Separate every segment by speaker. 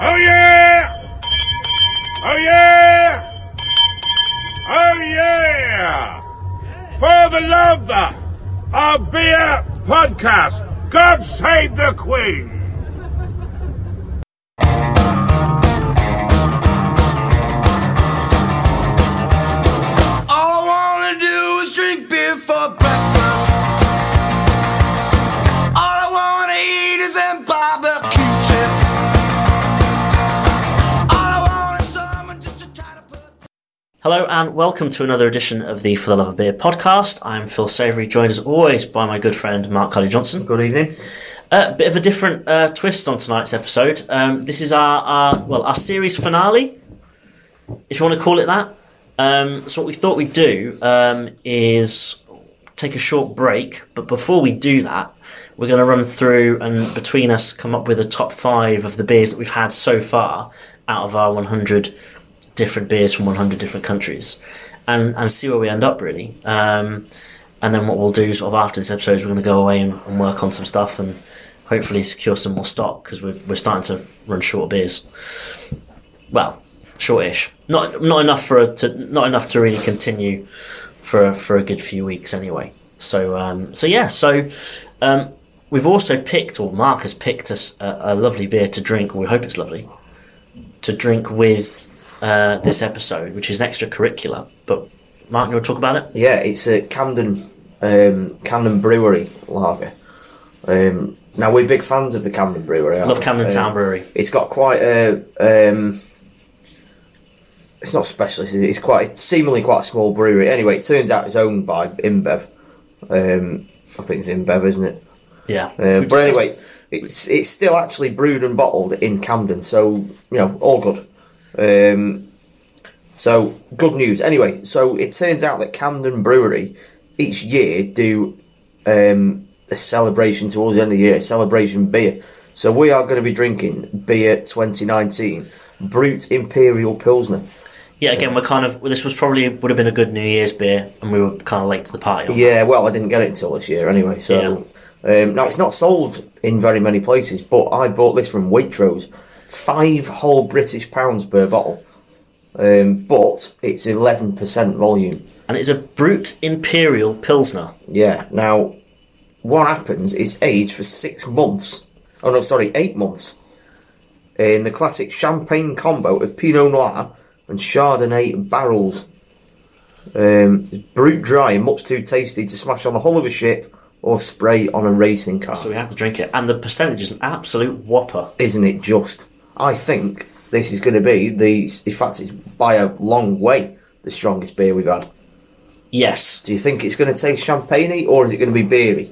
Speaker 1: Oh yeah! Oh yeah! Oh yeah! For the love of beer podcast, God save the Queen!
Speaker 2: All I wanna do is drink beer for breakfast. All I wanna eat is them barbecue chips. All I want is someone just to try to put.
Speaker 3: Hello and welcome to another edition of the For the Love of Beer podcast. I'm Phil Savory, joined as always by my good friend Mark Carly Johnson. Good evening. A bit of a different uh, twist on tonight's episode. Um, this is our, our well our series finale, if you want to call it that. Um, so what we thought we'd do um, is take a short break, but before we do that, we're going to run through and between us come up with a top five of the beers that we've had so far out of our 100 different beers from 100 different countries and, and see where we end up really. Um, and then what we'll do sort of after this episode is we're going to go away and, and work on some stuff and hopefully secure some more stock because we're, we're starting to run short of beers. Well, shortish. Not not enough for a, to not enough to really continue for a, for a good few weeks anyway. So um, so yeah, so um, we've also picked or Mark has picked us a, a lovely beer to drink. Or we hope it's lovely to drink with uh, this episode, which is an extracurricular. But Mark, you want to talk about it?
Speaker 4: Yeah, it's a Camden um, Camden Brewery lager. Um, now we're big fans of the Camden Brewery. aren't
Speaker 3: Love
Speaker 4: we?
Speaker 3: Camden
Speaker 4: Um,
Speaker 3: Town Brewery.
Speaker 4: It's got quite a. Um, it's not specialist. is it? It's quite it's seemingly quite a small brewery. Anyway, it turns out it's owned by InBev. Um, I think it's InBev, isn't it?
Speaker 3: Yeah.
Speaker 4: Um,
Speaker 3: We've
Speaker 4: but
Speaker 3: discussed-
Speaker 4: anyway, it's it's still actually brewed and bottled in Camden, so you know all good. Um, so good news. Anyway, so it turns out that Camden Brewery each year do um, a celebration towards the end of the year, a celebration beer. So we are going to be drinking beer 2019 Brute Imperial Pilsner.
Speaker 3: Yeah, again, we're kind of. well, This was probably would have been a good New Year's beer, and we were kind of late to the party. On
Speaker 4: Yeah, well, I didn't get it until this year anyway. So um, now it's not sold in very many places, but I bought this from Waitrose, five whole British pounds per bottle, um, but it's eleven percent volume.
Speaker 3: that. and it's a Brute Imperial Pilsner.
Speaker 4: Yeah. Now, what happens is aged for six months. Oh no, sorry, eight months. In the classic champagne combo of Pinot Noir and Chardonnay barrels. Um, it's brute dry and much too tasty to smash on the hull of a ship or spray on a racing car.
Speaker 3: So we had to drink it, and the percentage is an absolute whopper.
Speaker 4: Isn't it just? I think this is going to be the. In fact, it's by a long way the strongest beer we've had.
Speaker 3: Yes,
Speaker 4: Do you think it's going to taste champagne or is it going to be beery?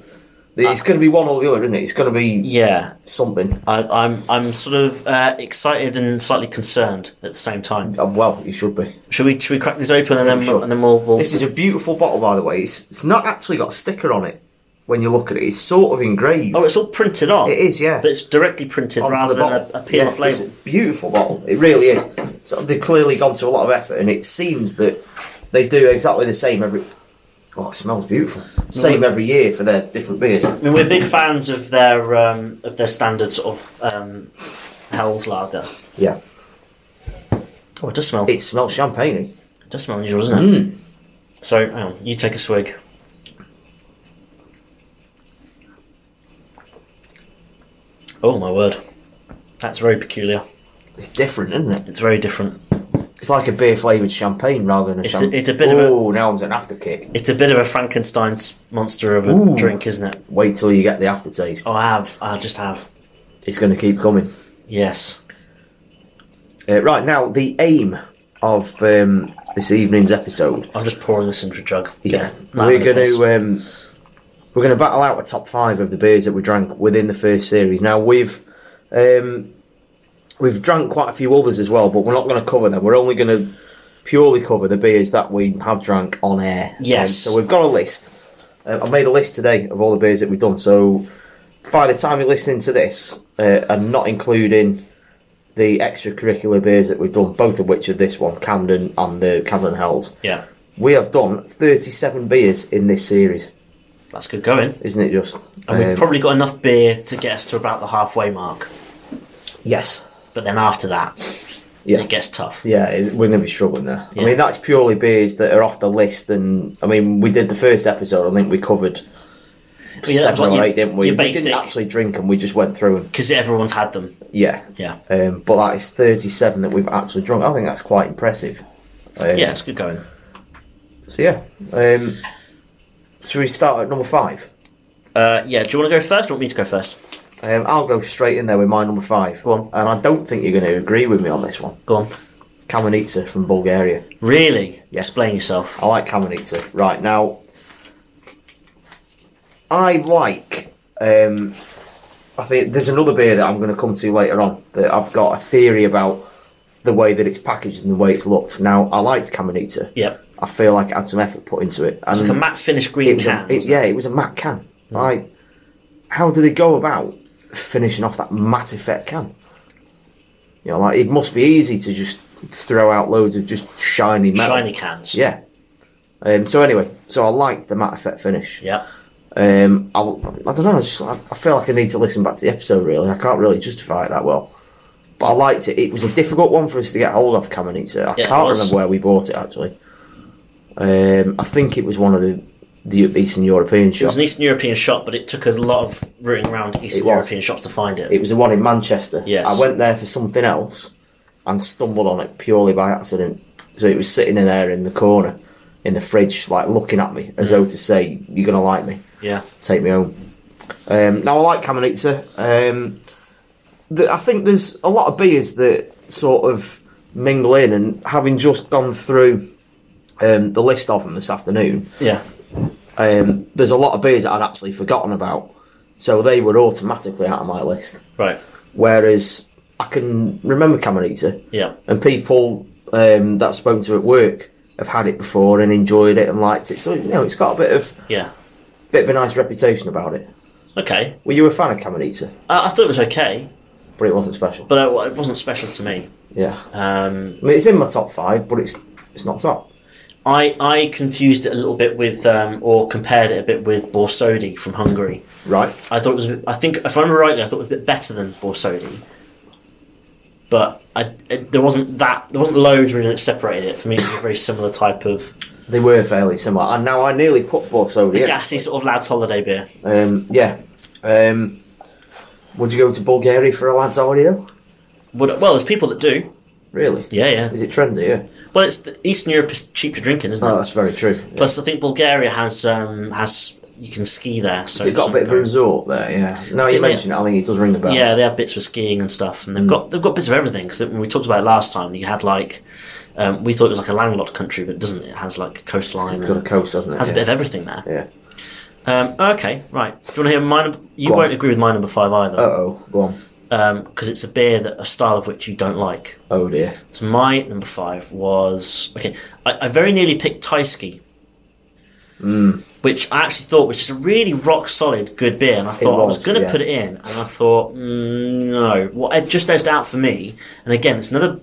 Speaker 3: Uh,
Speaker 4: It's going to be one or the other, isn't it? It's going to be
Speaker 3: yeah.
Speaker 4: something.
Speaker 3: I, I'm I'm sort of uh, excited and slightly concerned at the same time.
Speaker 4: Um, well, it should be.
Speaker 3: Should we should we crack these open and then
Speaker 4: Sure.
Speaker 3: and then we'll, we'll
Speaker 4: This is a beautiful bottle, by the way. It's, it's not actually got a sticker on it when you look at it. It's sort of engraved.
Speaker 3: oh it's all printed on.
Speaker 4: It is, yeah.
Speaker 3: but it's directly printed
Speaker 4: onto
Speaker 3: rather
Speaker 4: the
Speaker 3: than a,
Speaker 4: bottle.
Speaker 3: a peel
Speaker 4: Yeah,
Speaker 3: off
Speaker 4: it's
Speaker 3: label.
Speaker 4: a beautiful bottle. It really is. So they've clearly gone to a lot of effort, and it seems that they do exactly the same every. Oh, it smells beautiful. Same every year for their different beers.
Speaker 3: I mean, we're big fans of their um, of their standard sort of um, Hell's Lager.
Speaker 4: Yeah,
Speaker 3: Oh, it does smell.
Speaker 4: it smells champagne.
Speaker 3: It does smell unusual, doesn't it?
Speaker 4: Hmm.
Speaker 3: So, hang on, you take a swig. Oh my word, that's very peculiar.
Speaker 4: It's different, isn't it?
Speaker 3: It's very different.
Speaker 4: It's like a beer flavored champagne rather than a
Speaker 3: It's a-
Speaker 4: champagne.
Speaker 3: it's a bit of a-
Speaker 4: Oh, now it's an afterkick.
Speaker 3: It's a bit of a Frankenstein's monster of a
Speaker 4: Ooh.
Speaker 3: drink, isn't it?
Speaker 4: Wait till you get the aftertaste.
Speaker 3: Oh, I have. I just have.
Speaker 4: It's going to keep coming.
Speaker 3: Yes.
Speaker 4: Uh, right now, the aim of um, this evening's episode.
Speaker 3: I'm just pouring this into a jug. Not
Speaker 4: we're
Speaker 3: having a
Speaker 4: going
Speaker 3: piss.
Speaker 4: to um, we're going to battle out a top five of the beers that we drank within the first series. Now we've um, we've drank quite a few others as well, but we're not going to cover them. We're only going to purely cover the beers that we have drank on air.
Speaker 3: Yes.
Speaker 4: so we've got a list. Um, I made a list today of all the beers that we've done. So by the time you're listening to this, uh, and not including the extracurricular beers that we've done, both of which are this one, Camden and the Camden Hells.
Speaker 3: Yeah,
Speaker 4: We have done 37 beers in this series,
Speaker 3: that's good going.
Speaker 4: isn't it just?
Speaker 3: And we've
Speaker 4: Um,
Speaker 3: probably got enough beer to get us to about the halfway mark.
Speaker 4: yes.
Speaker 3: but then after that,
Speaker 4: Yeah.
Speaker 3: it gets tough.
Speaker 4: Yeah, it- we're going to be struggling there.
Speaker 3: Yeah.
Speaker 4: I mean, that's purely beers that are off the list, and I mean, we did the first episode. I think we covered
Speaker 3: yeah, that was
Speaker 4: seven
Speaker 3: like
Speaker 4: or
Speaker 3: your-
Speaker 4: eight, didn't we?
Speaker 3: your
Speaker 4: We
Speaker 3: basic-
Speaker 4: didn't actually drink them. We just went through them.
Speaker 3: Because everyone's had them.
Speaker 4: Yeah,
Speaker 3: Yeah.
Speaker 4: Um, but that is thirty-seven that we've actually drunk. I think that's quite impressive. Um,
Speaker 3: Yeah, it's good going.
Speaker 4: So yeah. Um, so we start at number five.
Speaker 3: Uh, yeah, do you want to go first or want me to go first?
Speaker 4: Um, I'll go straight in there with my number five.
Speaker 3: Go on.
Speaker 4: And I don't think you're going to agree with me on this one.
Speaker 3: Go on.
Speaker 4: Kamenitsa from Bulgaria.
Speaker 3: Really?
Speaker 4: Yes.
Speaker 3: Explain yourself.
Speaker 4: I like Kamenitsa. Right now, I like. Um, I think there's another beer that I'm going to come to later on that I've got a theory about the way that it's packaged and the way it's looked. Now, I liked Kamenitsa.
Speaker 3: Yep.
Speaker 4: I feel like I had some effort put into it. And
Speaker 3: It's like a matte finish
Speaker 4: Mm. it
Speaker 3: green
Speaker 4: was
Speaker 3: can.
Speaker 4: a, it, yeah, it was a matte can. Like, how do they go about finishing off that Matt Effect can? You know, like it must be easy to just throw out loads of just shiny metal.
Speaker 3: Shiny cans.
Speaker 4: Yeah. Um, so anyway, so I liked the Matt Effect finish.
Speaker 3: Yep.
Speaker 4: Um, I, I don't know. I, just, I, I feel like I need to listen back to the episode. Really, I can't really justify it that well. But I liked it. It was a difficult one for us to get hold of, Kamenitsa. I
Speaker 3: Yeah, it
Speaker 4: can't
Speaker 3: was.
Speaker 4: remember where we bought it actually. Um, I think it was one of the the Eastern European
Speaker 3: It
Speaker 4: shops.
Speaker 3: was an Eastern European shop, but it took a lot of rooting around Eastern
Speaker 4: It was.
Speaker 3: European shops to find it.
Speaker 4: It was the one in Manchester.
Speaker 3: Yes.
Speaker 4: I went there for something else and stumbled on it purely by accident. So it was sitting in there in the corner, in the fridge, like looking at me
Speaker 3: Mm.
Speaker 4: as though to say, You're going to like me,
Speaker 3: yeah.
Speaker 4: take me home. Um, now, I like Kamenitsa. Um, the, I think there's a lot of beers that sort of mingle in, and having just gone through um, the list of them this afternoon,
Speaker 3: Yeah.
Speaker 4: um, there's a lot of beers that I'd actually forgotten about. So they were automatically out of my list.
Speaker 3: Right.
Speaker 4: Whereas I can remember Camarita,
Speaker 3: Yeah.
Speaker 4: and people um, that I've spoken to at work have had it before and enjoyed it and liked it. So you know, it's got a bit of
Speaker 3: Yeah.
Speaker 4: bit of a nice reputation about it.
Speaker 3: Okay.
Speaker 4: Were you a fan of Camarita?
Speaker 3: Uh, I thought it was okay,
Speaker 4: But it wasn't special.
Speaker 3: but uh, it wasn't special to me.
Speaker 4: yeah,
Speaker 3: Um,
Speaker 4: I mean, it's in my top five, but it's it's not top.
Speaker 3: I, I confused it a little bit with, um, or compared it a bit with Borsodi from Hungary.
Speaker 4: Right.
Speaker 3: I thought it was. a bit- I think if I remember rightly, I thought it was a bit better than Borsodi. But I, it, there wasn't that. There wasn't loads really that separated it. For me, it was a very similar type of
Speaker 4: They were fairly similar. And now I nearly put Borsodi in.
Speaker 3: gassy sort of lads' holiday beer.
Speaker 4: Um, yeah. Um, would you go to Bulgaria for a lad's holiday though?
Speaker 3: Would, well, there's people that do.
Speaker 4: Really?
Speaker 3: Yeah, yeah.
Speaker 4: Is it trendy? Yeah.
Speaker 3: Well, it's the, Eastern Europe is cheap to drinking, isn't it?
Speaker 4: Oh, that's very true. Yeah.
Speaker 3: Plus, I think Bulgaria has um, has you can ski there. So
Speaker 4: It's got a bit of a resort there, yeah. No, you
Speaker 3: Yeah.
Speaker 4: mentioned it. I think it does ring a bell.
Speaker 3: Yeah, they have bits for skiing and stuff, and they've
Speaker 4: Hmm.
Speaker 3: got they've got bits of everything. Because when we talked about it last time, you had like um, we thought it was like a landlocked country, but it doesn't. It has like coastline.
Speaker 4: Got a
Speaker 3: and
Speaker 4: coast, doesn't it?
Speaker 3: has
Speaker 4: yeah.
Speaker 3: a bit of everything there.
Speaker 4: yeah.
Speaker 3: Um, okay, right. Do you want to hear my number? You
Speaker 4: Go on.
Speaker 3: won't agree with my number five either,
Speaker 4: Uh oh, go on.
Speaker 3: because it's a beer that a style of which you don't like.
Speaker 4: Oh dear.
Speaker 3: So my number five was okay. I, I very nearly picked Tyskie,
Speaker 4: Mm.
Speaker 3: which I actually thought was just a really rock solid good beer, and I thought I was
Speaker 4: was,
Speaker 3: going to
Speaker 4: yeah.
Speaker 3: put it in, and I thought mm, no, what it just edged out for me. And again, it's another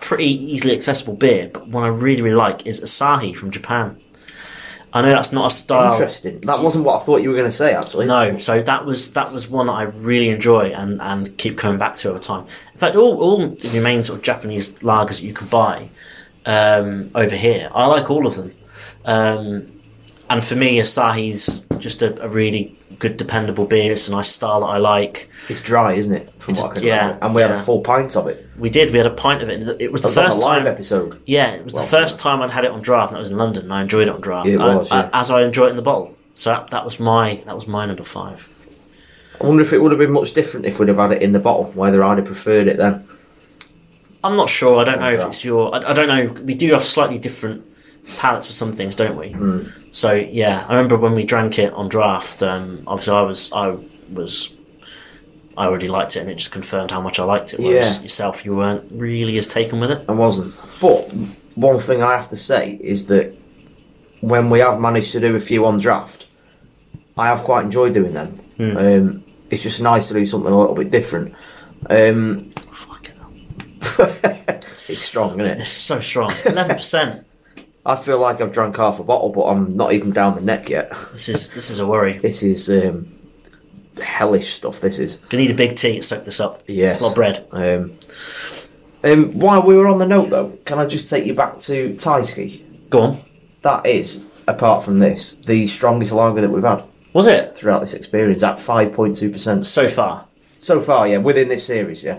Speaker 3: pretty easily accessible beer, but one I really really like is Asahi from Japan. I know that's not a style.
Speaker 4: Interesting. That wasn't what I thought you were going to say, actually.
Speaker 3: No, so that was that was one that I really enjoy and, and keep coming back to over time. In fact, all all the main sort of Japanese lagers that you can buy um, over here, I like all of them. Um, and for me, Asahi's just a, a really good, dependable beer. It's a nice style that I like.
Speaker 4: It's dry, isn't it? From what I can
Speaker 3: yeah,
Speaker 4: remember. And we had
Speaker 3: yeah.
Speaker 4: a full pint of it.
Speaker 3: We did. We had a pint of it. and It was the
Speaker 4: That was on a
Speaker 3: first
Speaker 4: live
Speaker 3: time.
Speaker 4: episode.
Speaker 3: Yeah, it was the
Speaker 4: Well,
Speaker 3: first time I'd had it on draft. and That was in London. and I enjoyed it on draft.
Speaker 4: It
Speaker 3: I-
Speaker 4: was,
Speaker 3: I-
Speaker 4: yeah.
Speaker 3: as I enjoy it in the bottle. So that, that was my that was my number five.
Speaker 4: I wonder if it would have been much different if we'd have had it in the bottle, whether I'd have preferred it then.
Speaker 3: I'm not sure. I don't know if
Speaker 4: Okay.
Speaker 3: it's your. I, I don't know. We do have slightly different palates for some things, don't we?
Speaker 4: Hmm.
Speaker 3: So yeah, I remember when we drank it on draft. Um, obviously, I was I was I already liked it, and it just confirmed how much I liked it. Whereas
Speaker 4: Yeah.
Speaker 3: yourself, you weren't really as taken with it.
Speaker 4: I wasn't. But one thing I have to say is that when we have managed to do a few on draft, I have quite enjoyed doing them. Um, it's just nice to do something a little bit different. Um,
Speaker 3: Fucking hell.
Speaker 4: it's strong, isn't
Speaker 3: It's
Speaker 4: it?
Speaker 3: so strong. Eleven percent.
Speaker 4: I feel like I've drank half a bottle, but I'm not even down the neck yet.
Speaker 3: This is this is a worry.
Speaker 4: This is um, hellish stuff this is.
Speaker 3: You need a big tea to soak this up.
Speaker 4: Yes.
Speaker 3: Or bread.
Speaker 4: Um, um, while we were on the note, though, can I just take you back to Taiski?
Speaker 3: Go on.
Speaker 4: That is, apart from this, the strongest lager that we've had
Speaker 3: Was it?
Speaker 4: throughout this experience at 5.2%.
Speaker 3: So far.
Speaker 4: So far, yeah, within this series, yeah.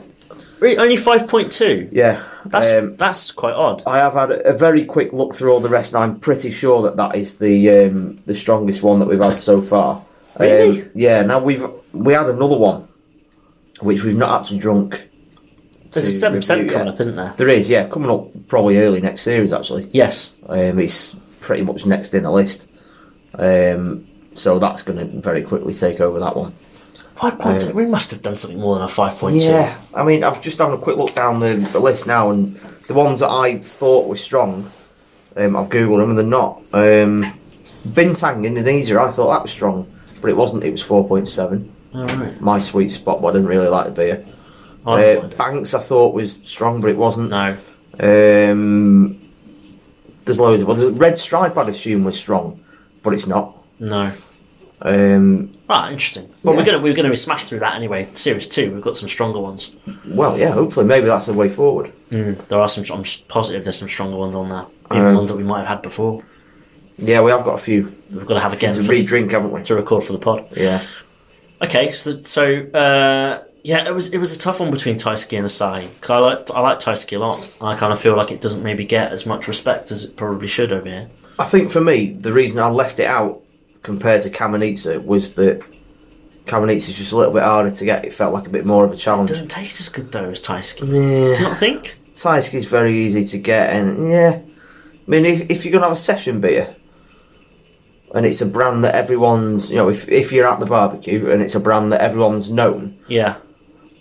Speaker 3: Really? Only 5.2?
Speaker 4: Yeah.
Speaker 3: That's,
Speaker 4: um,
Speaker 3: that's quite odd.
Speaker 4: I have had a very quick look through all the rest, and I'm pretty sure that that is the um, the strongest one that we've had so far.
Speaker 3: Really?
Speaker 4: Um, yeah. Now we've we had another one, which we've not actually drunk.
Speaker 3: There's a
Speaker 4: to
Speaker 3: 7%
Speaker 4: review
Speaker 3: coming
Speaker 4: yet.
Speaker 3: up, isn't there?
Speaker 4: There is, yeah, coming up probably early next series actually.
Speaker 3: Yes.
Speaker 4: Um, it's pretty much next in the list, um, so that's going to very quickly take over that one.
Speaker 3: 5.2. we must have done something more than a 5.2.
Speaker 4: Yeah, I mean, I've just having a quick look down the, the list now, and the ones that I thought were strong, um, I've googled them and they're not. Um, Bintang Indonesia, I thought that was strong, but it wasn't. It was four point seven,
Speaker 3: All right.
Speaker 4: my sweet spot. But I didn't really like the beer.
Speaker 3: I don't
Speaker 4: Uh,
Speaker 3: mind.
Speaker 4: Banks, I thought was strong, but it wasn't.
Speaker 3: No.
Speaker 4: Um, there's loads of others. Red Stripe, I'd assume, was strong, but it's not.
Speaker 3: No.
Speaker 4: Um,
Speaker 3: Right, interesting. Well, we're
Speaker 4: Yeah.
Speaker 3: gonna we're gonna be smashed through that anyway. Series two, we've got some stronger ones.
Speaker 4: well, yeah, hopefully, maybe that's the way forward. Mm.
Speaker 3: There are some. I'm positive there's some stronger ones on there. Even
Speaker 4: Uh-huh.
Speaker 3: ones that we might have had before.
Speaker 4: Yeah, we have got a few
Speaker 3: We've got to have again
Speaker 4: to
Speaker 3: for-
Speaker 4: re-drink, haven't we?
Speaker 3: to record for the pod.
Speaker 4: Yeah.
Speaker 3: Okay, so so uh, yeah, it was it was a tough one between Taisuke and Asai because I like I like Taisuke a lot. I kind of feel like it doesn't maybe get as much respect as it probably should over here.
Speaker 4: I think for me, the reason I left it out compared to Kamenitsa was that Kamenitsa's just a little bit harder to get. It felt like a bit more of a challenge.
Speaker 3: It doesn't taste as good though as Taisuke. Do you
Speaker 4: Yeah.
Speaker 3: not think?
Speaker 4: Taiski's very easy to get, and yeah. I mean, if, if you're going to have a session beer, and it's a brand that everyone's, you know, if, if you're at the barbecue and it's a brand that everyone's known,
Speaker 3: Yeah,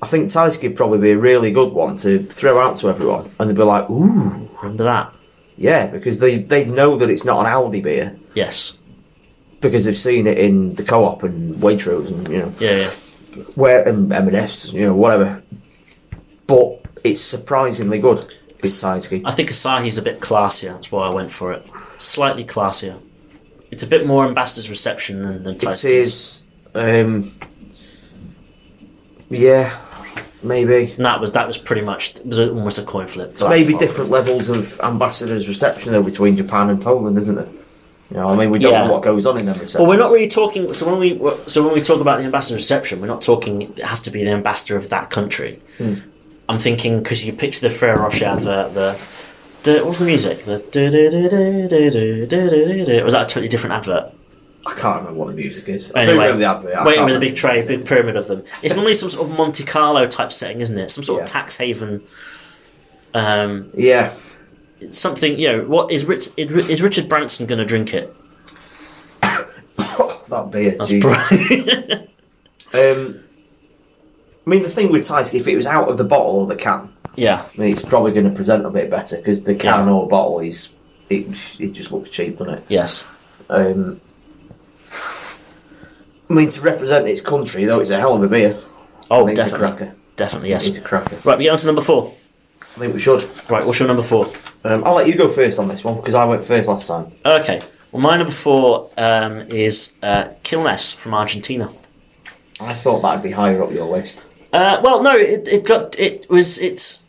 Speaker 4: I think Taiski would probably be a really good one to throw out to everyone. And they'd be like, ooh,
Speaker 3: remember that?
Speaker 4: yeah, because they, they know that it's not an Aldi beer.
Speaker 3: Yes.
Speaker 4: Because they've seen it in the co-op and Waitrose and, you know.
Speaker 3: Yeah. yeah.
Speaker 4: where um, M&S, you know, whatever. But it's surprisingly good. It's Sidesky.
Speaker 3: I think Asahi's a bit classier. That's why I went for it. Slightly classier. It's a bit more ambassador's reception than than
Speaker 4: It
Speaker 3: Taisuke's.
Speaker 4: is, um, yeah, maybe.
Speaker 3: And that was that was pretty much it was almost a coin flip. for that
Speaker 4: Maybe
Speaker 3: spot.
Speaker 4: different levels of ambassadors' reception though between Japan and Poland, isn't there? You know, I mean, we don't
Speaker 3: Yeah.
Speaker 4: know what goes on in them receptions.
Speaker 3: Well, we're not really talking. So when we so when we talk about the ambassador reception, we're not talking. It has to be an ambassador of that country.
Speaker 4: Hmm.
Speaker 3: I'm thinking because you picture the Frere Rocher advert. The, the what's the music? The do do do do do do do do. Was that a totally different advert?
Speaker 4: I can't remember what the music is. I do
Speaker 3: Anyway,
Speaker 4: remember the advert. I
Speaker 3: waiting
Speaker 4: can't
Speaker 3: with a
Speaker 4: remember
Speaker 3: big tray, big pyramid of them. It's normally some sort of Monte Carlo type setting, isn't it? Some sort of
Speaker 4: Yeah.
Speaker 3: tax haven. Um,
Speaker 4: Yeah,
Speaker 3: something you know. What is Rich, is Richard Branson going to drink it?
Speaker 4: that beer.
Speaker 3: That's
Speaker 4: Jesus.
Speaker 3: brilliant.
Speaker 4: um, I mean, the thing with Tyski, if it was out of the bottle or the can,
Speaker 3: yeah.
Speaker 4: I mean, it's probably going to present a bit better because the can
Speaker 3: Yeah.
Speaker 4: or bottle is it, it just looks cheap, doesn't it?
Speaker 3: Yes.
Speaker 4: Um, I mean, to represent its country though, it's a hell of a beer.
Speaker 3: Oh,
Speaker 4: Makes a
Speaker 3: definitely.
Speaker 4: cracker.
Speaker 3: Definitely, yes.
Speaker 4: It's a cracker.
Speaker 3: Right, we get on to number four.
Speaker 4: I think we should.
Speaker 3: Right, what's your number four?
Speaker 4: Um, I'll let you go first on this one because I went first last time.
Speaker 3: Okay. Well, my number four um, is uh, Kilnes from Argentina.
Speaker 4: I thought that'd be higher up your list.
Speaker 3: Uh, well, no, it, it got it was it's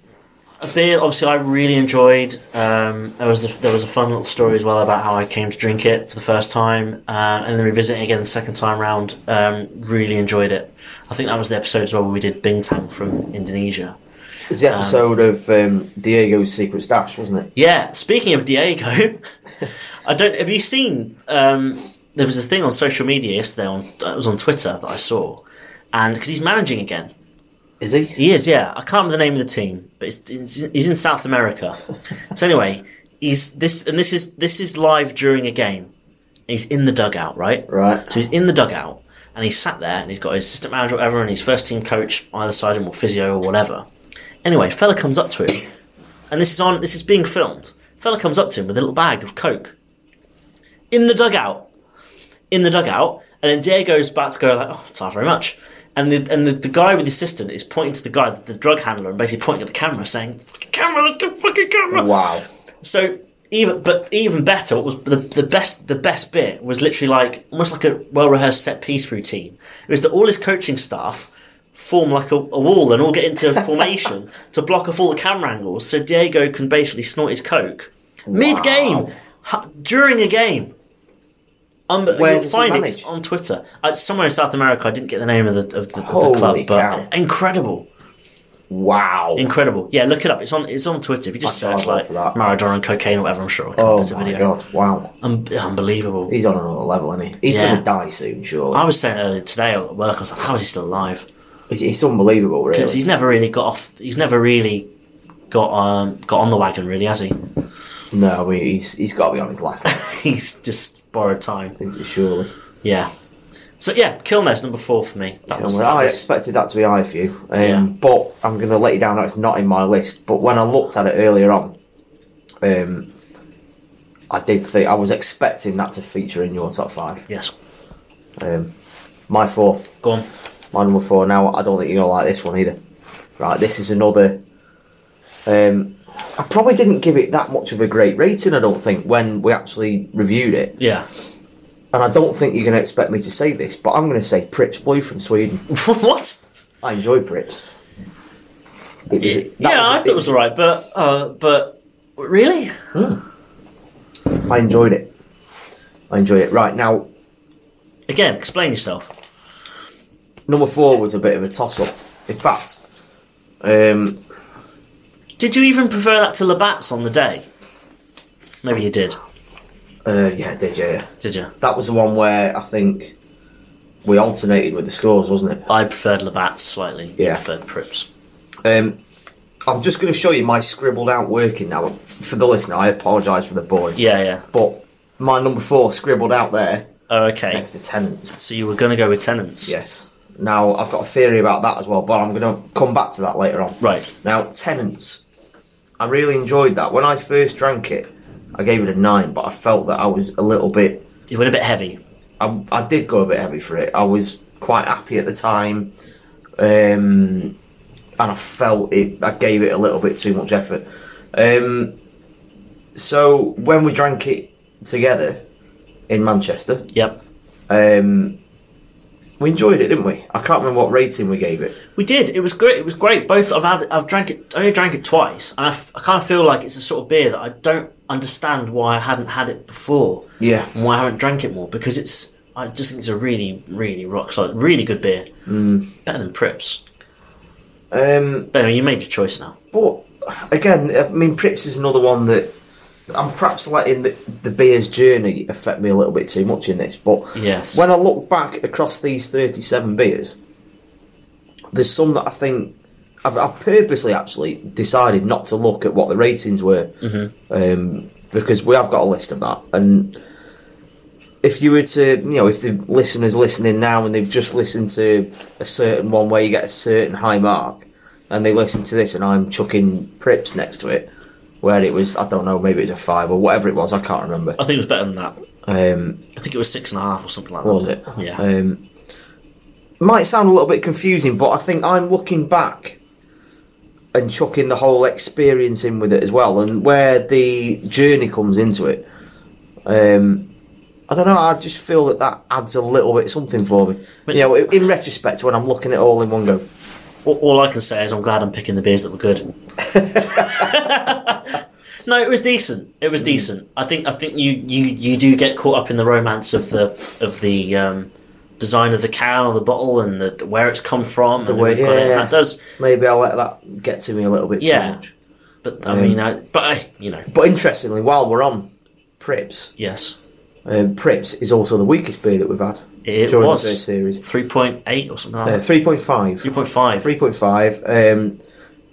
Speaker 3: a beer. Obviously, I really enjoyed. Um, there was a, there was a fun little story as well about how I came to drink it for the first time uh, and then revisiting it again the second time round. Um, really enjoyed it. I think that was the episode as well where we did Bintang from Indonesia.
Speaker 4: It's the episode of um, Diego's Secret Stash, wasn't it?
Speaker 3: Yeah, speaking of Diego, I don't. Have you seen? Um, there was this thing on social media yesterday. On it was on Twitter that I saw, and because he's managing again,
Speaker 4: Is he?
Speaker 3: he is. Yeah, I can't remember the name of the team, but it's, it's, he's in South America. so anyway, he's this, and this is this is live during a game. He's in the dugout, right?
Speaker 4: Right.
Speaker 3: So he's in the dugout and he's sat there and he's got his assistant manager or whatever and his first team coach either side of him or physio or whatever. Anyway, fella comes up to him and this is on this is being filmed. Fella comes up to him with a little bag of coke. In the dugout. In the dugout. And then Diego's about to go like, oh, it's not very much. And the, and the, the guy with the assistant is pointing to the guy, the drug handler, and basically pointing at the camera, saying, "Fucking camera, let's go, fucking camera!"
Speaker 4: Wow.
Speaker 3: So he- even but even better, what was the, the best the best bit was literally like almost like a well rehearsed set piece routine. It was that all his coaching staff form like a, a wall and all get into formation to block off all the camera angles, so Diego can basically snort his coke mid game ha- during a game. Um,
Speaker 4: Where
Speaker 3: you'll
Speaker 4: does he
Speaker 3: find
Speaker 4: manage?
Speaker 3: it on Twitter. Uh, somewhere in South America, I didn't get the name of the of the, of
Speaker 4: Holy
Speaker 3: the club,
Speaker 4: cow.
Speaker 3: but incredible.
Speaker 4: Wow.
Speaker 3: Incredible. Yeah, look it up. It's on it's on Twitter. If you just
Speaker 4: My God,
Speaker 3: search
Speaker 4: I'll
Speaker 3: like
Speaker 4: for that.
Speaker 3: Maradona and cocaine or whatever, I'm sure it'll come up
Speaker 4: Oh
Speaker 3: as a
Speaker 4: my
Speaker 3: video.
Speaker 4: god! Wow,
Speaker 3: Un- unbelievable.
Speaker 4: he's on another level, isn't he? He's
Speaker 3: Yeah.
Speaker 4: gonna die soon, surely.
Speaker 3: I was saying earlier today at work, I was like, how is he still alive?
Speaker 4: It's, it's unbelievable,
Speaker 3: Because
Speaker 4: really.
Speaker 3: he's never really got off. He's never really got um got on the wagon, really, has he?
Speaker 4: No, I mean, he's he's got to be on his last leg,
Speaker 3: He's just borrowed time.
Speaker 4: surely.
Speaker 3: Yeah. So yeah, Kilmer's number four for me. That was, that
Speaker 4: I
Speaker 3: was
Speaker 4: expected that to be high for you, um,
Speaker 3: Yeah.
Speaker 4: but I'm going to let you down. that It's not in my list. But when I looked at it earlier on, um, I did think I was expecting that to feature in your top five.
Speaker 3: yes.
Speaker 4: Um, my four,
Speaker 3: Go on.
Speaker 4: my number four. Now I don't think you're going to like this one either. Right, this is another. Um, I probably didn't give it that much of a great rating. I don't think when we actually reviewed it,
Speaker 3: Yeah.
Speaker 4: and I don't think you're going to expect me to say this, but I'm going to say Prips Blue from Sweden.
Speaker 3: what?
Speaker 4: I enjoy Brits. It was-
Speaker 3: Yeah,
Speaker 4: that
Speaker 3: I thought it was alright, but uh, but really,
Speaker 4: I enjoyed it. I enjoyed it. Right now,
Speaker 3: again, explain yourself.
Speaker 4: number four was a bit of a toss-up. In fact, um,
Speaker 3: Did you even prefer that to Labatt's on the day? Maybe you did.
Speaker 4: uh, yeah, did you?
Speaker 3: Did you?
Speaker 4: That was the one where I think we alternated with the scores, wasn't it?
Speaker 3: I preferred Labatt's slightly. You
Speaker 4: Yeah.
Speaker 3: Preferred Prips.
Speaker 4: Um, I'm just going to show you my scribbled out working now. For the listener, I apologise for the boring.
Speaker 3: Yeah, yeah.
Speaker 4: But my number four scribbled out there
Speaker 3: Oh, okay.
Speaker 4: next to tenants.
Speaker 3: So you were going to go with tenants.
Speaker 4: Yes. Now I've got a theory about that as well, but I'm going to come back to that later on.
Speaker 3: Right.
Speaker 4: Now, Tenants, I really enjoyed that. When I first drank it, I gave it a nine, but I felt that I was a little bit.
Speaker 3: It went a bit heavy.
Speaker 4: I, I did go a bit heavy for it. I was quite happy at the time, um, and I felt it. I gave it a little bit too much effort. Um, so when we drank it together in Manchester,
Speaker 3: Yep.
Speaker 4: um, we enjoyed it, didn't we? I can't remember what rating we gave it.
Speaker 3: We did. It was great. It was great. Both I've had. I've drank it. I only drank it twice, and I, f- I kind of feel like it's a sort of beer that I don't understand why I hadn't had it before.
Speaker 4: Yeah.
Speaker 3: And why I haven't drank it more because it's. I just think it's a really, really rock solid, really good beer. Mm. Better than Prips.
Speaker 4: Um,
Speaker 3: But anyway, you made your choice now.
Speaker 4: But again, I mean, Prips is another one that I'm perhaps letting the, the beer's journey affect me a little bit too much in this. But
Speaker 3: Yes.
Speaker 4: when I look back across these 37 beers, there's some that I think I've, I've purposely actually decided not to look at what the ratings were um, because we have got a list of that. And if you were to, you know, if the listeners listening now and they've just listened to a certain one where you get a certain high mark, and they listen to this and I'm chucking Prips next to it, where it was, I don't know, maybe it was a five or whatever it was, I can't remember.
Speaker 3: I think it was better than that.
Speaker 4: Um,
Speaker 3: I think it was six and a half or something like that.
Speaker 4: was it?
Speaker 3: Yeah.
Speaker 4: Um, might sound a little bit confusing, but I think I'm looking back and chucking the whole experience in with it as well, and where the journey comes into it. Um, I don't know. I just feel that that adds a little bit something for me. You know, in in retrospect, when I'm looking at it all in one go,
Speaker 3: All, all I can say is I'm glad I'm picking the beers that were good. no, it was decent. It
Speaker 4: Mm.
Speaker 3: was decent. I think I think you, you, you do get caught up in the romance of the of the um, design of the can or the bottle and the where it's come from and
Speaker 4: way-
Speaker 3: who got it. And
Speaker 4: yeah.
Speaker 3: that does.
Speaker 4: maybe I'll let that get to me a little bit
Speaker 3: Yeah.
Speaker 4: too much.
Speaker 3: But I mean, I, but I, you know,
Speaker 4: But interestingly, while we're on Prips,
Speaker 3: yes,
Speaker 4: um, Prips is also the weakest beer that we've had
Speaker 3: it
Speaker 4: during
Speaker 3: was
Speaker 4: the first series.
Speaker 3: three point eight or something like
Speaker 4: Uh,
Speaker 3: that.
Speaker 4: 3.5.
Speaker 3: Three point five.
Speaker 4: 3.5. Um,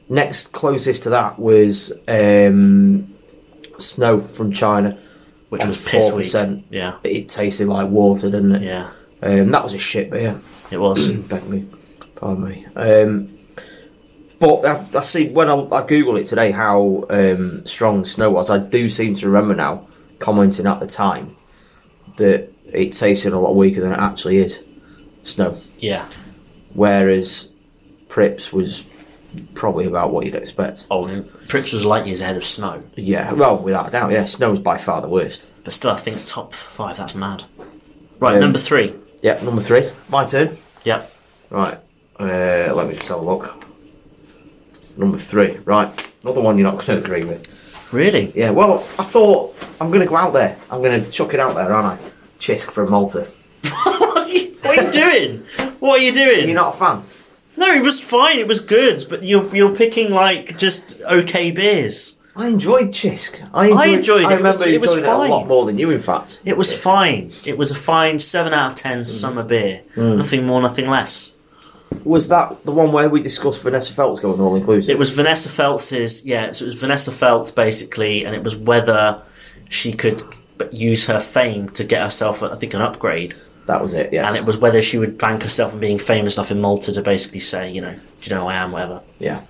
Speaker 4: next closest to that was um, Snow from China.
Speaker 3: which
Speaker 4: and
Speaker 3: was piss weak.
Speaker 4: 4%.
Speaker 3: Yeah,
Speaker 4: It tasted like water, didn't it?
Speaker 3: yeah,
Speaker 4: Um, that was a shit beer.
Speaker 3: it was.
Speaker 4: Beg me, pardon me. Um, but I, I see when I, I Google it today how um, strong snow was. I do seem to remember now commenting at the time that it tasted a lot weaker than it actually is. Snow,
Speaker 3: yeah,
Speaker 4: whereas Prips was probably about what you'd expect.
Speaker 3: Oh, and Pritch was light years ahead of Snow,
Speaker 4: Yeah, well, without a doubt, yeah, snow's by far the worst.
Speaker 3: but still, I think top five. That's mad. Right,
Speaker 4: Um,
Speaker 3: number three.
Speaker 4: Yeah, number three, my turn.
Speaker 3: Yep.
Speaker 4: Right, uh, let me just have a look. Number three, right, another one you're not going to agree with.
Speaker 3: Really?
Speaker 4: Yeah, well, I thought I'm going to go out there. I'm going to chuck it out there, aren't I? Chisk from Malta.
Speaker 3: what, are you, what are you doing? What are you doing?
Speaker 4: You're not a fan?
Speaker 3: no, it was fine. It was good, but you're you're picking like just okay beers.
Speaker 4: I enjoyed Chisk. I enjoyed,
Speaker 3: I enjoyed it.
Speaker 4: I
Speaker 3: It was-
Speaker 4: remember
Speaker 3: it was
Speaker 4: enjoying it a lot
Speaker 3: fine.
Speaker 4: more than you, in fact.
Speaker 3: It was fine. It was a fine seven out of ten summer beer. Nothing more, nothing less.
Speaker 4: Was that the one where we discussed Vanessa Feltz going all inclusive?
Speaker 3: It was Vanessa Feltz's. Yeah, so it was Vanessa Feltz basically, and it was whether she could b- use her fame to get herself, I think, an upgrade.
Speaker 4: that was it. Yes.
Speaker 3: And it was whether she would bank herself on being famous enough in Malta to basically say, you know, do you know who I am, whatever.
Speaker 4: yeah.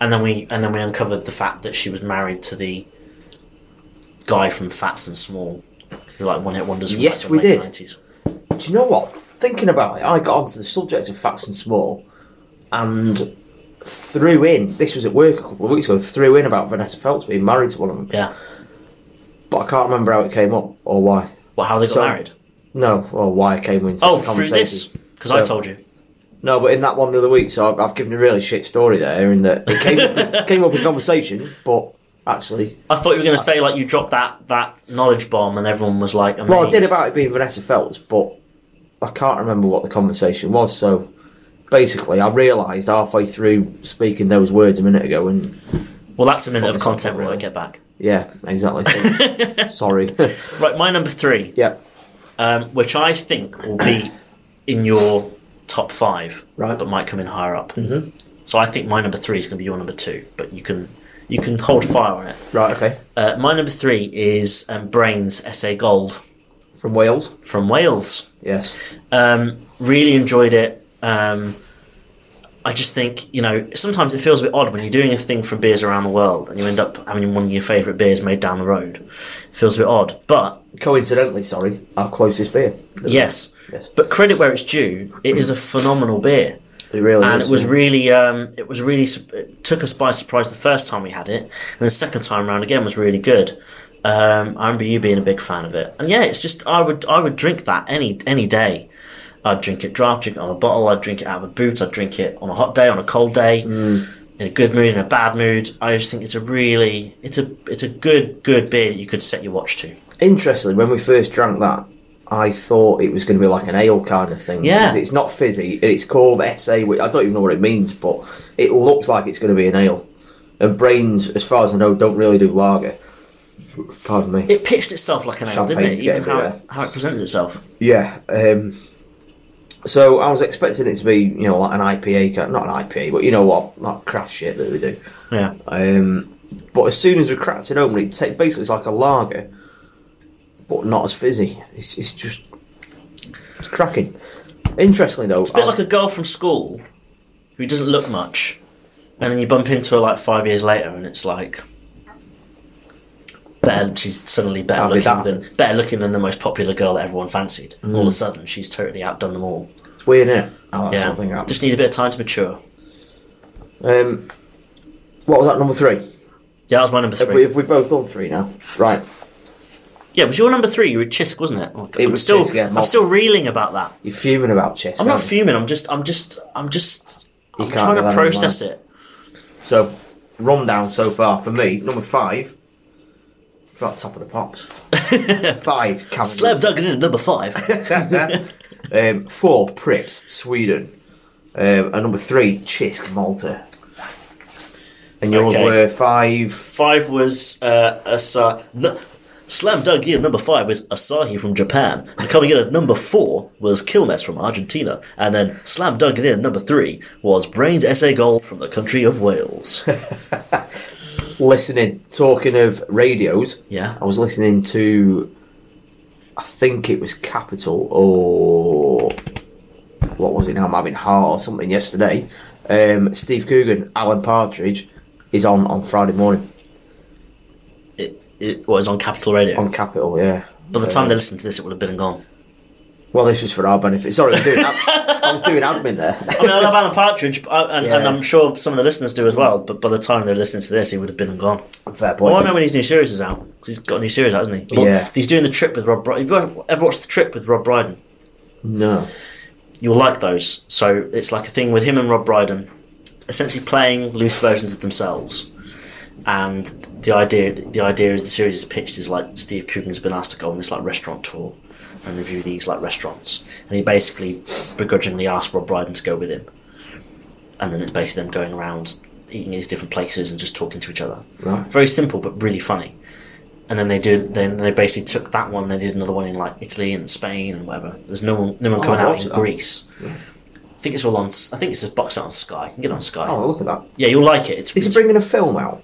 Speaker 3: And then we and then we uncovered the fact that she was married to the guy from Fats and Small, who like one hit wonders. From
Speaker 4: Yes,
Speaker 3: like, the
Speaker 4: we
Speaker 3: late
Speaker 4: did.
Speaker 3: 90s.
Speaker 4: Do you know what? Thinking about it, I got onto the subject of fats and small, and threw in. This was at work a couple of weeks ago. Threw in about Vanessa Feltz being married to one of them,
Speaker 3: Yeah.
Speaker 4: but I can't remember how it came up or why.
Speaker 3: Well, how they got
Speaker 4: So- oh,
Speaker 3: married?
Speaker 4: No, or why it came into
Speaker 3: Oh,
Speaker 4: the
Speaker 3: through
Speaker 4: conversation.
Speaker 3: this because I
Speaker 4: So-
Speaker 3: told you.
Speaker 4: No, but in that one the other week, so I've, I've given a really shit story there, in that it came up, came up in conversation, but actually,
Speaker 3: I thought you were going to
Speaker 4: uh,
Speaker 3: say like you dropped that that knowledge bomb and everyone was like, amazed.
Speaker 4: well, I did about it being Vanessa Feltz, but I can't remember what the conversation was. So basically, I realised halfway through speaking those words a minute ago, and
Speaker 3: Well, that's a minute of
Speaker 4: Fuck,
Speaker 3: content
Speaker 4: fuck,
Speaker 3: when I
Speaker 4: really.
Speaker 3: get back.
Speaker 4: yeah, exactly. So- Sorry.
Speaker 3: Right, my number three,
Speaker 4: yeah.
Speaker 3: um, which I think will be in your top five,
Speaker 4: Right.
Speaker 3: but might come in higher up. Mm-hmm. So I think my number three is going to be your number two, but you can you can hold fire on it.
Speaker 4: Right. Okay.
Speaker 3: Uh, my number three is um, Brains SA Gold
Speaker 4: From Wales.
Speaker 3: from Wales.
Speaker 4: Yes.
Speaker 3: Um, really enjoyed it. Um, I just think you know sometimes it feels a bit odd when you're doing a thing from beers around the world and you end up having one of your favourite beers made down the road. It feels a bit odd, but
Speaker 4: Coincidentally, sorry, our closest beer.
Speaker 3: yes.
Speaker 4: Yes.
Speaker 3: But credit where it's due, it is a phenomenal beer,
Speaker 4: It really
Speaker 3: and
Speaker 4: is,
Speaker 3: it was
Speaker 4: yeah.
Speaker 3: really um, it was really su- it took us by surprise the first time we had it, and the second time round again was really good. Um, I remember you being a big fan of it, and yeah, it's just I would I would drink that any any day. I'd drink it draft, drink it on a bottle, I'd drink it out of a boot, I'd drink it on a hot day, on a cold day,
Speaker 4: Mm.
Speaker 3: in a good mood, in a bad mood. I just think it's a really, it's a, it's a good, good beer that you could set your watch to.
Speaker 4: Interestingly, when we first drank that, I thought it was going to be like an ale kind of thing.
Speaker 3: Yeah.
Speaker 4: because it's not fizzy, and it's called SA. Which I don't even know what it means, but it looks like it's going to be an ale. And brains, as far as I know, don't really do lager. Pardon me.
Speaker 3: It pitched itself like an ale, didn't it?
Speaker 4: Champagne's
Speaker 3: Even
Speaker 4: getting
Speaker 3: how,
Speaker 4: me
Speaker 3: it- how it presented itself.
Speaker 4: yeah. Um, so I was expecting it to be, you know, like an IPA, kind- not an IPA, but you know what, like craft shit that they do.
Speaker 3: Yeah.
Speaker 4: Um, but as soon as we cracked it open, it ta- basically it's like a lager, but not as fizzy. It's, it's just it's cracking. Interestingly though,
Speaker 3: A bit like a girl from school who doesn't look much, and then you bump into her like five years later, and it's like better. She's suddenly better
Speaker 4: How did that
Speaker 3: looking
Speaker 4: Mm.
Speaker 3: than better looking than the most popular girl that everyone fancied. All of a sudden, she's totally outdone them all.
Speaker 4: it's weird, innit? How that
Speaker 3: yeah,
Speaker 4: sort of thing happens.
Speaker 3: just need a bit of time to mature.
Speaker 4: Um, what was that number three?
Speaker 3: Yeah, that was my number
Speaker 4: Have we,
Speaker 3: three.
Speaker 4: have we both done three now? Right.
Speaker 3: Yeah, it was your number three. You were Chisk, wasn't it? Oh, God,
Speaker 4: It
Speaker 3: I'm
Speaker 4: was
Speaker 3: still,
Speaker 4: Chisk, yeah,
Speaker 3: I'm still reeling about that.
Speaker 4: You're fuming about chess.
Speaker 3: I'm not
Speaker 4: aren't you?
Speaker 3: fuming. I'm just, I'm just, I'm just.
Speaker 4: You
Speaker 3: I'm
Speaker 4: can't
Speaker 3: trying
Speaker 4: do that
Speaker 3: to
Speaker 4: anymore.
Speaker 3: process it.
Speaker 4: So, rundown so far for me. Number five. For that top of the pops. five. Cavendish.
Speaker 3: Slab dug in at number five.
Speaker 4: Um, four, Prips, Sweden. Um, and number three, Chisk, Malta. And yours
Speaker 3: Okay.
Speaker 4: were five.
Speaker 3: Five was uh, Asa. N- Slam Dunk in at number five was Asahi from Japan. And coming in at number four was Kilmes from Argentina. And then Slam Dunk in at number three was Brains SA Gold from the country of Wales.
Speaker 4: Listening, talking of radios.
Speaker 3: Yeah.
Speaker 4: I was listening to, I think it was Capital or what was it now? I'm having heart or something yesterday. Um, Steve Coogan, Alan Partridge is on on Friday morning
Speaker 3: It, it was on Capital Radio.
Speaker 4: on Capital, yeah.
Speaker 3: By the time they listened to this, it would have been and gone.
Speaker 4: Well, this is for our benefit. Sorry, I was doing, ad- I was doing admin there.
Speaker 3: I mean, I love Alan Partridge, but I, and, and
Speaker 4: Yeah.
Speaker 3: I'm sure some of the listeners do as well. But by the time they're listening to this, he would have been and gone.
Speaker 4: Fair
Speaker 3: Well, I
Speaker 4: point.
Speaker 3: know when his new series is out because he's got a new series out, hasn't he?
Speaker 4: Yeah.
Speaker 3: He's doing the trip with Rob. Bry- Have you ever- ever watched the trip with Rob Brydon?
Speaker 4: no.
Speaker 3: You'll like those. So it's like a thing with him and Rob Brydon, essentially playing loose versions of themselves. And the idea, the idea is the series is pitched is like Steve Coogan's been asked to go on this like restaurant tour and review these like restaurants, and he basically begrudgingly asked Rob Brydon to go with him, and then it's basically them going around eating these different places and just talking to each other.
Speaker 4: Right.
Speaker 3: Very simple but really funny. And then they do. Then they basically took that one. They did another one in like Italy and Spain and whatever. There's no one, no one coming
Speaker 4: I'll
Speaker 3: out
Speaker 4: watch
Speaker 3: in
Speaker 4: that.
Speaker 3: Greece. I think it's all on. s- I think it's a box set on Sky. You can get it on Sky.
Speaker 4: Oh, look at that.
Speaker 3: Yeah, you'll like it. It's,
Speaker 4: Is he
Speaker 3: it's-
Speaker 4: bringing a film out?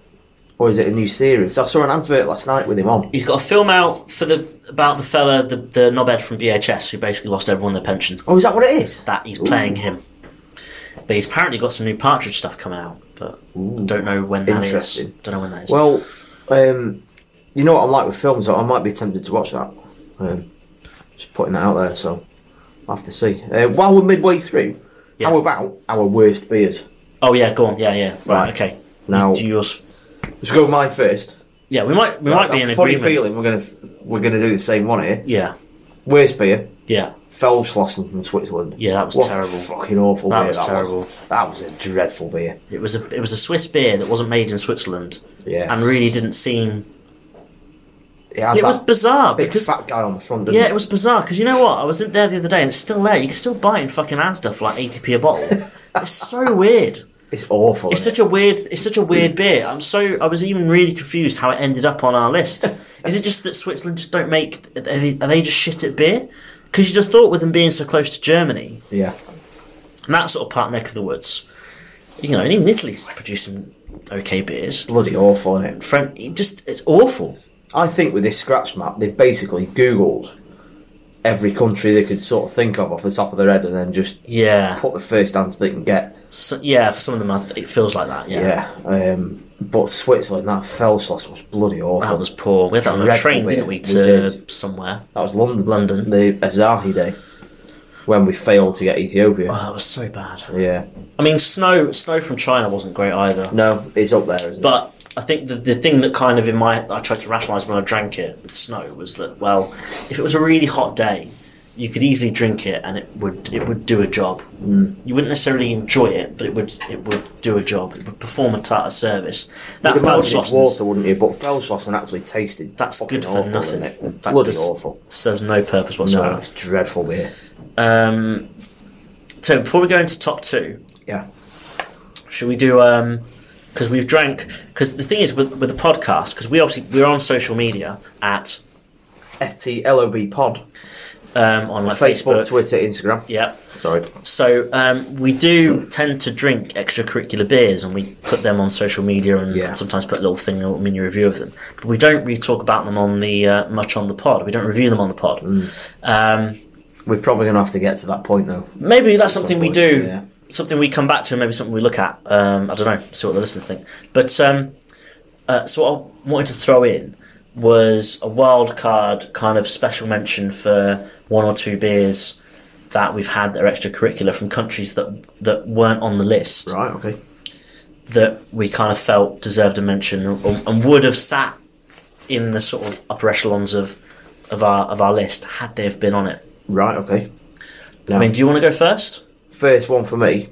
Speaker 4: Or is it a new series? I saw an advert last night with him on.
Speaker 3: he's got a film out for the about the fella, the the knobhead from VHS who basically lost everyone their pension.
Speaker 4: Oh, is that what it is?
Speaker 3: That he's playing him, but he's apparently got some new Partridge stuff coming out. But I don't know when that is.
Speaker 4: Interesting.
Speaker 3: Don't know when that is.
Speaker 4: Well, um, you know what I'm like with films, I might be tempted to watch that. Um, just putting that out there, so I'll have to see. Uh, while we're midway through,
Speaker 3: Yeah.
Speaker 4: how about our worst beers?
Speaker 3: oh yeah, go on. Yeah, yeah. Right.
Speaker 4: Right.
Speaker 3: Okay.
Speaker 4: Now-
Speaker 3: You do yours.
Speaker 4: Let's go with mine first.
Speaker 3: Yeah, we might we might be
Speaker 4: I've
Speaker 3: in
Speaker 4: a funny
Speaker 3: agreement.
Speaker 4: feeling we're gonna we're gonna do the same one here.
Speaker 3: Yeah,
Speaker 4: Worst beer,
Speaker 3: yeah.
Speaker 4: Feldschlossen from Switzerland.
Speaker 3: Yeah, that was
Speaker 4: what
Speaker 3: terrible.
Speaker 4: A fucking awful
Speaker 3: That
Speaker 4: beer.
Speaker 3: was
Speaker 4: that
Speaker 3: terrible.
Speaker 4: Was. That was a dreadful beer.
Speaker 3: It was a it was a Swiss beer that wasn't made in Switzerland.
Speaker 4: Yeah.
Speaker 3: and really didn't seem.
Speaker 4: It, had
Speaker 3: It
Speaker 4: that
Speaker 3: was bizarre
Speaker 4: big
Speaker 3: because
Speaker 4: fat guy on the front. didn't
Speaker 3: yeah, it was bizarre because you know what? I was in there the other day and it's still there. You can still buy it in fucking Asda for like eighty p a bottle. it's so weird.
Speaker 4: It's awful.
Speaker 3: It's
Speaker 4: isn't
Speaker 3: such a weird. It's such a weird beer. I'm so. I was even really confused how it ended up on our list. Is it just that Switzerland just don't make? Are they, are they just shit at beer? Because you'd have thought with them being so close to Germany
Speaker 4: it? yeah.
Speaker 3: and that sort of part neck of the woods, you know, and even Italy's producing okay beers.
Speaker 4: Bloody awful, is it?
Speaker 3: French, it just it's awful.
Speaker 4: I think with this scratch map, they've basically Googled every country they could sort of think of off the top of their head and then just
Speaker 3: Yeah,
Speaker 4: put the first answer they can get.
Speaker 3: so, yeah. For some of them, I- it feels like that. Yeah,
Speaker 4: Yeah. Um, but Switzerland, that Feldschloss was bloody awful.
Speaker 3: that was poor. We had that on a
Speaker 4: Dreadful
Speaker 3: train,
Speaker 4: beer.
Speaker 3: didn't we,
Speaker 4: We
Speaker 3: to
Speaker 4: did.
Speaker 3: somewhere?
Speaker 4: That was London.
Speaker 3: London.
Speaker 4: The Azahi Day. When we failed to get Ethiopia.
Speaker 3: Oh, that was so bad.
Speaker 4: Yeah.
Speaker 3: I mean, snow snow from China wasn't great either.
Speaker 4: No, it's up there, isn't
Speaker 3: But I think the, the thing that kind of in my I tried to rationalise when I drank it with snow was that well, if it was a really hot day, you could easily drink it and it would it would do a job. Mm. You wouldn't necessarily enjoy it, but it would it would do a job. It would perform a tartar service. That
Speaker 4: it? You
Speaker 3: felt
Speaker 4: could it's water, wouldn't you? But Feldschlossen actually tasted
Speaker 3: That's
Speaker 4: fucking
Speaker 3: good for
Speaker 4: awful,
Speaker 3: nothing.
Speaker 4: Isn't it?
Speaker 3: That
Speaker 4: Bloody
Speaker 3: does-
Speaker 4: awful.
Speaker 3: serves no purpose
Speaker 4: No,
Speaker 3: whatsoever.
Speaker 4: it's dreadful beer.
Speaker 3: Um, so before we go into top two,
Speaker 4: Yeah.
Speaker 3: should we do um because we've drank because the thing is with with the podcast because we obviously we're on social media at
Speaker 4: FTLOB pod.
Speaker 3: um on like
Speaker 4: Facebook,
Speaker 3: Facebook,
Speaker 4: Twitter, Instagram.
Speaker 3: yeah.
Speaker 4: Sorry.
Speaker 3: So um, we do tend to drink extracurricular beers, and we put them on social media, and
Speaker 4: Yeah.
Speaker 3: sometimes put a little thing, a little mini review of them. But we don't really talk about them on the uh, much on the pod. We don't review them on the pod. Um,
Speaker 4: We're probably going to have to get to that point though.
Speaker 3: maybe that's something we
Speaker 4: point,
Speaker 3: do,
Speaker 4: yeah.
Speaker 3: something we come back to, and maybe something we look at. Um, I don't know, see what the listeners think. But um, uh, so what I wanted to throw in was a wild card kind of special mention for one or two beers that we've had that are extracurricular from countries that that weren't on the list
Speaker 4: Right, okay.
Speaker 3: that we kind of felt deserved a mention and, and would have sat in the sort of upper echelons of of our of our list had they have been on it.
Speaker 4: Right, okay.
Speaker 3: I mean, do you want to go first?
Speaker 4: First one for me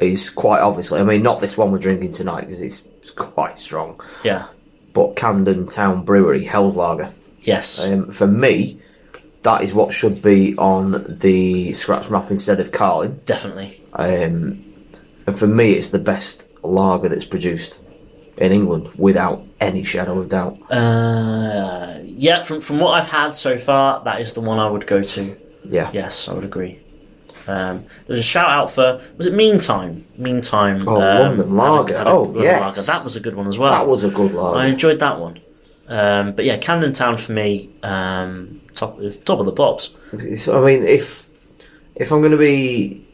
Speaker 4: is quite obviously, I mean, not this one we're drinking tonight because it's, it's quite strong,
Speaker 3: Yeah.
Speaker 4: but Camden Town Brewery Hell's Lager.
Speaker 3: Yes.
Speaker 4: Um, for me, that is what should be on the scratch map instead of Carlin.
Speaker 3: definitely.
Speaker 4: Um, and for me, it's the best lager that's produced in England without any shadow of doubt.
Speaker 3: Uh, yeah, from from what I've had so far, that is the one I would go to.
Speaker 4: Yeah.
Speaker 3: Yes, I would agree. Um, there was a shout out for was it Meantime? Meantime.
Speaker 4: Oh,
Speaker 3: um,
Speaker 4: London Lager. Oh, yes.
Speaker 3: That was a good one as well.
Speaker 4: That was a good lager.
Speaker 3: I enjoyed that one. Um, but yeah, Camden Town for me, um, top is top of the pops.
Speaker 4: It's- I mean, if if I'm going to be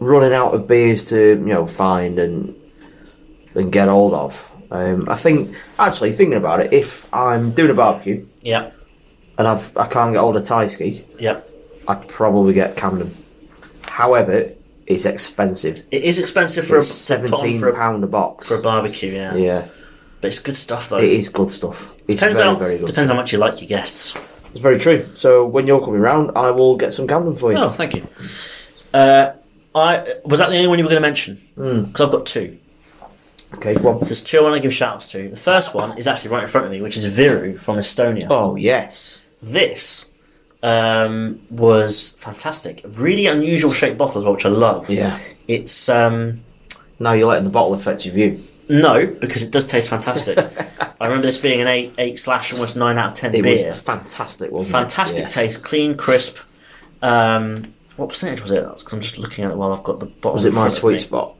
Speaker 4: running out of beers to you know find and and get hold of, um, I think actually thinking about it, if I'm doing a barbecue
Speaker 3: Yep,
Speaker 4: and I've I can't get hold of Thai ski,
Speaker 3: yep,
Speaker 4: I'd probably get Camden. However, it's expensive.
Speaker 3: It is expensive for
Speaker 4: It's
Speaker 3: a to put on
Speaker 4: seventeen
Speaker 3: for a,
Speaker 4: pound a box.
Speaker 3: for a barbecue, yeah.
Speaker 4: yeah,
Speaker 3: But it's good stuff though.
Speaker 4: it is good stuff. It's
Speaker 3: Depends
Speaker 4: very
Speaker 3: how
Speaker 4: very good.
Speaker 3: depends how much you like your guests.
Speaker 4: It's very true. So when you're coming round, I will get some Camden for you.
Speaker 3: Oh, thank you. Uh, I was that the only one you were going to mention?
Speaker 4: Hmm.
Speaker 3: Because I've got two.
Speaker 4: Okay, go on.
Speaker 3: So there's two I want to give shouts to. The first one is actually right in front of me, which is Viru from Estonia.
Speaker 4: Oh yes.
Speaker 3: This um, was fantastic. Really unusual shaped bottle as well, which I love.
Speaker 4: Yeah.
Speaker 3: It's um,
Speaker 4: Now you're letting the bottle affect your view.
Speaker 3: no because it does taste fantastic. I remember this being an eight eight slash almost nine out of ten
Speaker 4: It
Speaker 3: beer.
Speaker 4: was fantastic, wasn't
Speaker 3: fantastic
Speaker 4: it? Yes.
Speaker 3: taste, clean, crisp. Um, what percentage was it? 'Cause I'm just looking at it while I've got the bottle.
Speaker 4: Was it
Speaker 3: in
Speaker 4: my
Speaker 3: front of
Speaker 4: sweet
Speaker 3: me.
Speaker 4: spot?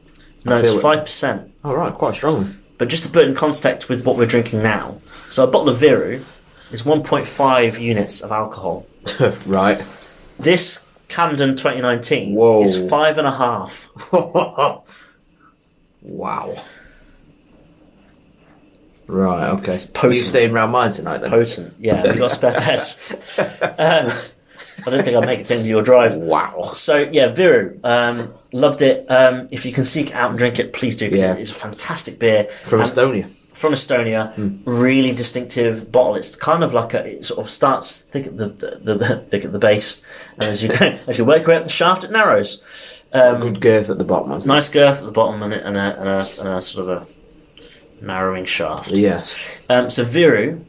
Speaker 3: No,
Speaker 4: I feel
Speaker 3: it's
Speaker 4: it.
Speaker 3: five percent.
Speaker 4: All right, quite strongly.
Speaker 3: But just to put it in context with what we're drinking now, so a bottle of Viru is 1.5 units of alcohol.
Speaker 4: right.
Speaker 3: This Camden 2019
Speaker 4: Whoa.
Speaker 3: is five and a half.
Speaker 4: wow. Right. Okay.
Speaker 3: It's potent.
Speaker 4: You staying round mine tonight then?
Speaker 3: Potent, yeah. We got a spare pairs. Um, I don't think I'll make it into your drive.
Speaker 4: Wow.
Speaker 3: So yeah, Viru, um, loved it. Um, if you can seek it out and drink it, please do. 'cause
Speaker 4: Yeah.
Speaker 3: it- it's a fantastic beer
Speaker 4: From
Speaker 3: And-
Speaker 4: Estonia.
Speaker 3: from Estonia. Really distinctive bottle. It's kind of like a it sort of starts thick at the, the, the thick at the base, and as you go, as you work your way up the shaft, it narrows.
Speaker 4: Good girth at the bottom. Isn't it?
Speaker 3: Nice girth at the bottom and a, and a, and a, and a sort of a narrowing shaft.
Speaker 4: Yes.
Speaker 3: Um, so Viru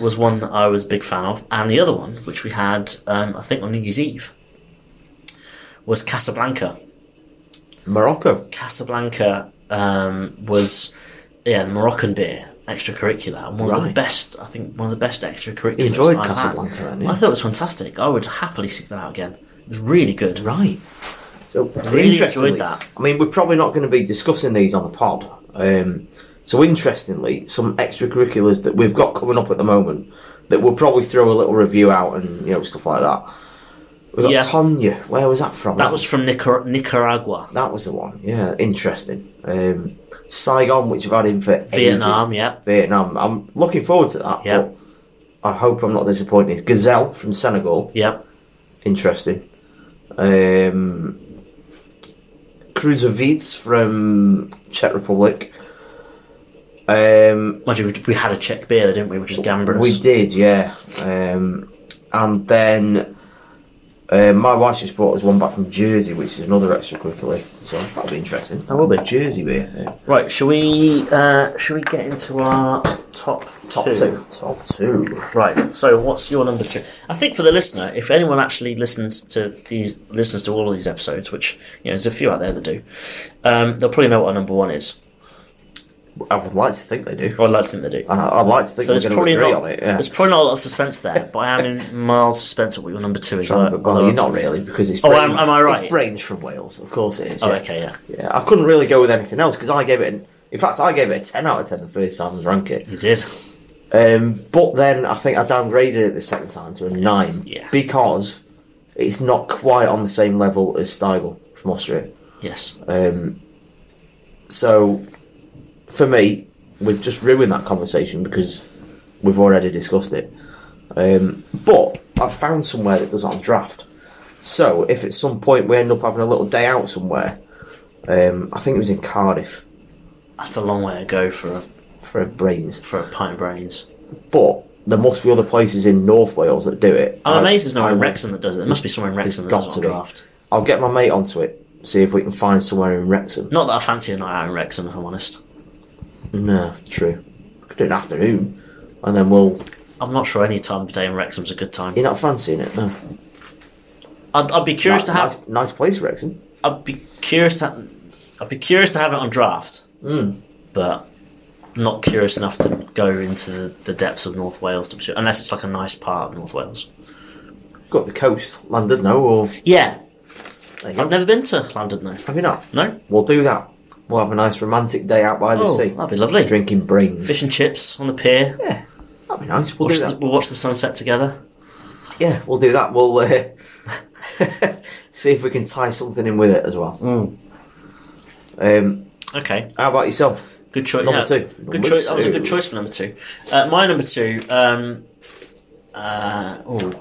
Speaker 3: was one that I was a big fan of, and the other one, which we had, um, I think, on New Year's Eve, was Casablanca.
Speaker 4: Morocco.
Speaker 3: Casablanca um, was yeah the Moroccan beer extracurricular and one of the
Speaker 4: Right.
Speaker 3: best I think one of the best extracurriculars
Speaker 4: You enjoyed
Speaker 3: I've
Speaker 4: Casablanca
Speaker 3: had.
Speaker 4: then, yeah?
Speaker 3: I thought it was fantastic. I would happily seek that out again. It was really good.
Speaker 4: Right. So
Speaker 3: really
Speaker 4: interestingly-
Speaker 3: enjoyed that.
Speaker 4: I mean, we're probably not going to be discussing these on the pod. Um, so interestingly, some extracurriculars that we've got coming up at the moment that we'll probably throw a little review out and you know stuff like that. We got
Speaker 3: Yeah.
Speaker 4: Tonya. Where was that from?
Speaker 3: That was from Nicar- Nicaragua,
Speaker 4: that was the one. Yeah, interesting. Um, Saigon, which I've had in for ages.
Speaker 3: Vietnam. Yeah,
Speaker 4: Vietnam. I'm looking forward to that.
Speaker 3: Yeah.
Speaker 4: But I hope I'm not disappointed. Gazelle from Senegal.
Speaker 3: yeah.
Speaker 4: Interesting. Um, Kruzovitz from Czech Republic. Um,
Speaker 3: Mind you, we- we had a Czech beer, there, didn't we? Which is Gambrinus.
Speaker 4: we did, yeah. Um, and then uh, my wife just brought us one back from Jersey, which is another extracurricular. So that'll be interesting. I will be Jersey uh, beer.
Speaker 3: Right, shall we? Uh, shall we get into our top
Speaker 4: Top two. Top two.
Speaker 3: Right. So, what's your number two? I think for the listener, if anyone actually listens to these, listens to all of these episodes, which you know, there's a few out there that do, um, they'll probably know what our number one is.
Speaker 4: I would like to think they do.
Speaker 3: Or I'd like to think they do.
Speaker 4: And I- I'd like to think
Speaker 3: So
Speaker 4: we're
Speaker 3: there's
Speaker 4: going
Speaker 3: probably
Speaker 4: to agree
Speaker 3: not
Speaker 4: on it. Yeah.
Speaker 3: there's probably not a lot of suspense there, but I am in mild suspense at what your number two is.
Speaker 4: Well,
Speaker 3: although- although-
Speaker 4: you're not really because it's.
Speaker 3: Oh,
Speaker 4: brain-
Speaker 3: am- am I right?
Speaker 4: It's brains from Wales, of course it is.
Speaker 3: Oh,
Speaker 4: yeah.
Speaker 3: okay, yeah,
Speaker 4: Yeah, I couldn't really go with anything else because I gave it. An, in fact, I gave it a ten out of ten the first time I was rank it.
Speaker 3: you did.
Speaker 4: Um, but then I think I downgraded it the second time to a nine
Speaker 3: Yeah.
Speaker 4: because it's not quite on the same level as Steigl from Austria.
Speaker 3: Yes.
Speaker 4: Uh, So for me, we've just ruined that conversation because we've already discussed it. Um, but I've found somewhere that does it on draft. So if at some point we end up having a little day out somewhere, um, I think it was in Cardiff
Speaker 3: That's a long way to go for a,
Speaker 4: for a brains.
Speaker 3: for a pint of brains.
Speaker 4: But there must be other places in North Wales that do it.
Speaker 3: I'm
Speaker 4: I-
Speaker 3: amazed there's no one in
Speaker 4: I-
Speaker 3: Wrexham that does it. There must be somewhere in Wrexham that
Speaker 4: got
Speaker 3: does
Speaker 4: to
Speaker 3: it
Speaker 4: be.
Speaker 3: on draft.
Speaker 4: I'll get my mate onto it. See if we can find somewhere in Wrexham.
Speaker 3: Not that I fancy a night out in Wrexham, if I'm honest. Mm.
Speaker 4: No, true. We could do an afternoon, and then we'll.
Speaker 3: I'm not sure any time of day in Wrexham's a good time.
Speaker 4: You're not fancying it, no.
Speaker 3: I'd, I'd be curious to have.
Speaker 4: nice, nice place, Wrexham.
Speaker 3: I'd be curious to. I'd be curious to have it on draft,
Speaker 4: Hmm.
Speaker 3: but not curious enough to go into the, the depths of North Wales to pursue, unless it's like a nice part of North Wales.
Speaker 4: Got the coast, London, no, or
Speaker 3: Yeah,
Speaker 4: there you go.
Speaker 3: I've never been to London though.
Speaker 4: have you not?
Speaker 3: No,
Speaker 4: We'll do that. We'll have a nice romantic day out by the
Speaker 3: Oh,
Speaker 4: sea.
Speaker 3: that'd be lovely.
Speaker 4: Drinking brains.
Speaker 3: fish and chips on the pier.
Speaker 4: Yeah, that'd be nice. We'll
Speaker 3: Watch
Speaker 4: do
Speaker 3: the,
Speaker 4: that.
Speaker 3: we'll watch the sunset together.
Speaker 4: Yeah, we'll do that. We'll uh, see if we can tie something in with it as well.
Speaker 3: Mm.
Speaker 4: Um,
Speaker 3: Okay,
Speaker 4: how about yourself?
Speaker 3: good choice.
Speaker 4: Number
Speaker 3: yeah.
Speaker 4: two.
Speaker 3: Good
Speaker 4: Number
Speaker 3: choice. That was a good
Speaker 4: two.
Speaker 3: choice for number two. Uh, my number two. Um, uh, oh,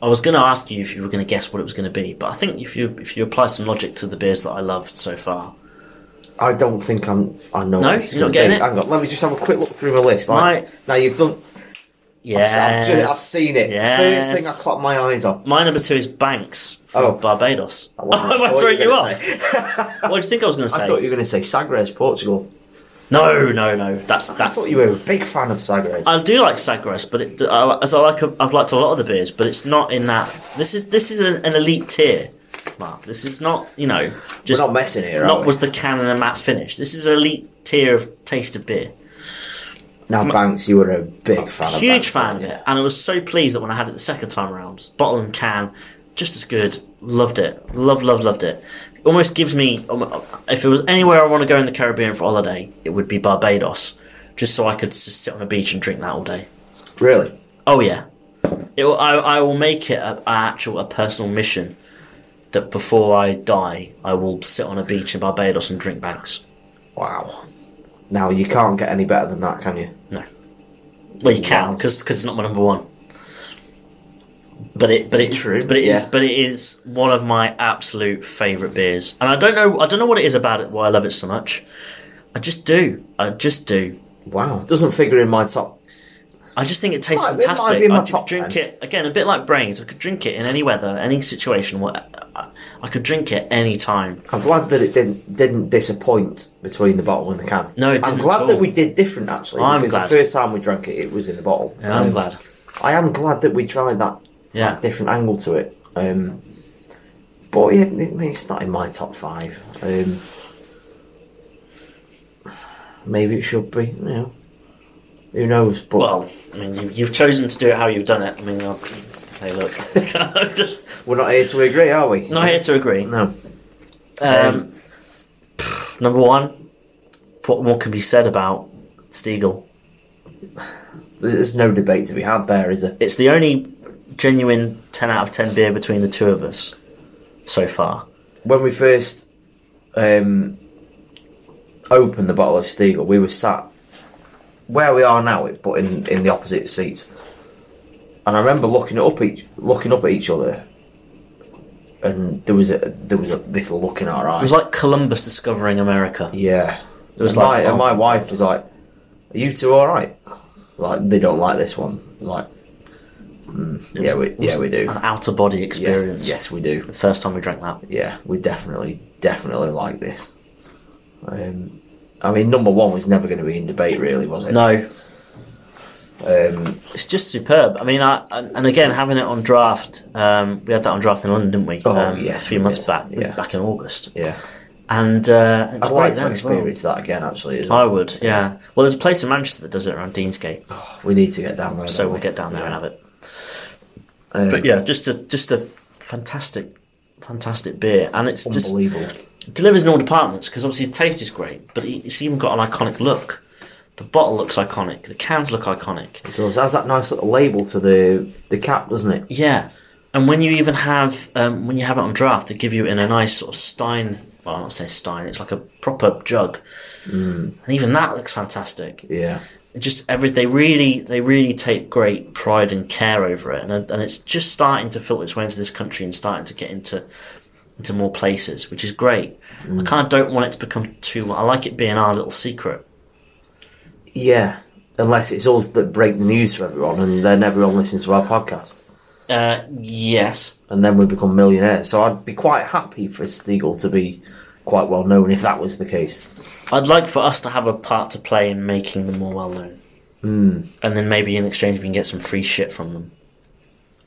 Speaker 3: I was going to ask you if you were going to guess what it was going to be, but I think if you if you apply some logic to the beers that I loved so far,
Speaker 4: I don't think I'm. I know.
Speaker 3: No?
Speaker 4: what it's
Speaker 3: You're not
Speaker 4: gonna
Speaker 3: getting
Speaker 4: be.
Speaker 3: it?
Speaker 4: Hang on, let me just have a quick look through my list. Like,
Speaker 3: My-
Speaker 4: now you've done. I've- I've, ju-
Speaker 3: yeah,
Speaker 4: I've seen it.
Speaker 3: Yes.
Speaker 4: First thing I caught my eyes on.
Speaker 3: My number two is Banks from
Speaker 4: Oh.
Speaker 3: Barbados.
Speaker 4: I
Speaker 3: Oh,
Speaker 4: wasn't- I
Speaker 3: I
Speaker 4: thought
Speaker 3: throwing
Speaker 4: you
Speaker 3: you
Speaker 4: were
Speaker 3: off.
Speaker 4: gonna
Speaker 3: What do you think I was going to
Speaker 4: I thought you
Speaker 3: say?
Speaker 4: were going to say Sagres, Portugal.
Speaker 3: No, no, no. That's
Speaker 4: I
Speaker 3: that's.
Speaker 4: thought you were a big fan of Sagres.
Speaker 3: I do like Sagres, but it, I, li- as I like, I've liked a lot of the beers, but it's not in that. This is this is an, an elite tier, Mark. This is not you know
Speaker 4: we're
Speaker 3: just
Speaker 4: not messing here, are
Speaker 3: not
Speaker 4: we?
Speaker 3: was the can and a matte finish. This is an elite tier of taste of beer.
Speaker 4: Now, Banks, you were a big fan of
Speaker 3: Huge
Speaker 4: Banks,
Speaker 3: fan of
Speaker 4: weren't you?
Speaker 3: it, and I was so pleased that when I had it the second time around, bottle and can, just as good. Loved it. Love, love, loved it. Almost gives me. um, If it was anywhere I want to go in the Caribbean for holiday, it would be Barbados, just so I could just sit on a beach and drink that all day.
Speaker 4: Really?
Speaker 3: Oh yeah, it will, I, I will make it a, a actual a personal mission that before I die, I will sit on a beach in Barbados and drink banks.
Speaker 4: Wow. Now, you can't get any better than that, can you?
Speaker 3: No. Well, you can
Speaker 4: Wow.
Speaker 3: because it's not my number one. But it, but it,
Speaker 4: True,
Speaker 3: but it is,
Speaker 4: yeah.
Speaker 3: but it is one of my absolute favorite beers, and I don't know, I don't know what it is about it why I love it so much. I just do, I just do.
Speaker 4: Wow. Doesn't figure in my top.
Speaker 3: I just think it tastes
Speaker 4: Might be- might
Speaker 3: fantastic.
Speaker 4: be in my
Speaker 3: I could
Speaker 4: top
Speaker 3: drink
Speaker 4: 10.
Speaker 3: it again, a bit like brains. I could drink it in any weather, any situation. What I I could drink it any time.
Speaker 4: I'm glad that it didn't didn't disappoint between the bottle and the can.
Speaker 3: No, it
Speaker 4: I'm
Speaker 3: didn't at
Speaker 4: glad that
Speaker 3: all.
Speaker 4: we did different actually.
Speaker 3: I'm
Speaker 4: because
Speaker 3: glad.
Speaker 4: the first time we drank it, it was in the bottle.
Speaker 3: Yeah, I'm
Speaker 4: Um,
Speaker 3: glad.
Speaker 4: I am glad that we tried that
Speaker 3: Yeah,
Speaker 4: different angle to it. Um, but yeah, it- it's not in my top five. Um, maybe it should be. You know, who knows? But
Speaker 3: Well, I mean, you, you've chosen to do it how you've done it. I mean, I'll, hey, look, I'm just
Speaker 4: we're not here to agree, are we?
Speaker 3: not here to agree.
Speaker 4: No.
Speaker 3: Um, number one, what more can be said about Stiegel?
Speaker 4: There's no debate to be had there, is there?
Speaker 3: It's the only genuine 10 out of 10 beer between the two of us so far.
Speaker 4: when we first um, opened the bottle of Stiegel, we were sat where we are now, but in, in the opposite seats. And I remember looking up each looking up at each other, and there was a there was a, this look in our
Speaker 3: It was
Speaker 4: eyes.
Speaker 3: like Columbus discovering America.
Speaker 4: yeah, it
Speaker 3: was
Speaker 4: and
Speaker 3: like,
Speaker 4: my, and
Speaker 3: oh.
Speaker 4: my wife was like, "Are you two all right? Like they don't like this one. Like, mm, yeah, we
Speaker 3: It was
Speaker 4: yeah we do.
Speaker 3: An outer body
Speaker 4: Yeah,
Speaker 3: experience.
Speaker 4: yes, we do.
Speaker 3: The first time we drank that.
Speaker 4: yeah, we definitely, definitely like this. Um, I mean, number one was never going to be in debate, really, was it?
Speaker 3: No,
Speaker 4: Um,
Speaker 3: it's just superb. I mean, I, and and again, having it on draft, um, we had that on draft in London, didn't we?
Speaker 4: Oh,
Speaker 3: um,
Speaker 4: yes,
Speaker 3: A few
Speaker 4: we
Speaker 3: months
Speaker 4: did.
Speaker 3: back,
Speaker 4: Yeah.
Speaker 3: back in August.
Speaker 4: yeah,
Speaker 3: And uh, it
Speaker 4: I'd
Speaker 3: was great
Speaker 4: like
Speaker 3: then
Speaker 4: to
Speaker 3: as well.
Speaker 4: experience that again. Actually, as
Speaker 3: I
Speaker 4: well.
Speaker 3: would, yeah. Well, there's a place in Manchester that does it around Deansgate,
Speaker 4: we need to get down there.
Speaker 3: so
Speaker 4: don't
Speaker 3: we'll
Speaker 4: we?
Speaker 3: get down there and
Speaker 4: Oh, Yeah.
Speaker 3: have it.
Speaker 4: Um,
Speaker 3: But yeah, just a just a fantastic, fantastic beer, and it's just
Speaker 4: unbelievable.
Speaker 3: delivers in all departments because obviously the taste is great, but it- it's even got an iconic look. The bottle looks iconic. The cans look iconic.
Speaker 4: It does. It has that nice little label to the the cap, doesn't it?
Speaker 3: Yeah, and when you even have um, when you have it on draft, they give you in a nice sort of stein. Well, I'm not saying stein. It's like a proper jug, and even that looks fantastic.
Speaker 4: Yeah,
Speaker 3: just every they really they really take great pride and care over it, and and it's just starting to filter its way into this country and starting to get into into more places, which is great. I kind of don't want it to become too. I like it being our little secret.
Speaker 4: yeah. Unless it's us that break the news to everyone, and then everyone listens to our podcast,
Speaker 3: Uh, yes,
Speaker 4: and then we become millionaires. So I'd be quite happy for Stiegel to be quite well known if that was the case.
Speaker 3: I'd like for us to have a part to play in making them more well known, mm. and then maybe in exchange we can get some free shit from them.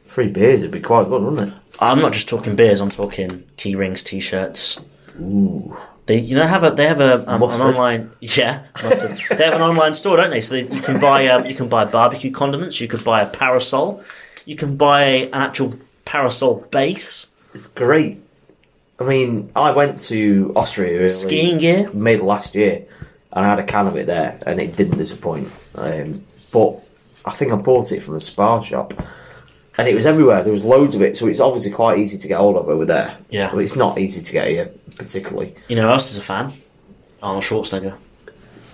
Speaker 4: Three beers would be quite good, wouldn't it?
Speaker 3: I'm not just talking beers. I'm talking key rings, t-shirts. Ooh. They you know have a they have a um, an
Speaker 4: Mustard.
Speaker 3: online yeah mustard. they have an online store, don't they? So they, you can buy um, you can buy barbecue condiments. You could buy a parasol. You can buy an actual parasol base.
Speaker 4: It's great. I mean, I went to Austria really
Speaker 3: Skiing gear.
Speaker 4: mid last year, and I had a can of it there, and it didn't disappoint. Um, but I think I bought it from a spa shop, and it was everywhere. There was loads of it, so it's obviously quite easy to get hold of over there.
Speaker 3: Yeah.
Speaker 4: but it's not easy to get here particularly.
Speaker 3: You know who else is a fan? Arnold Schwarzenegger.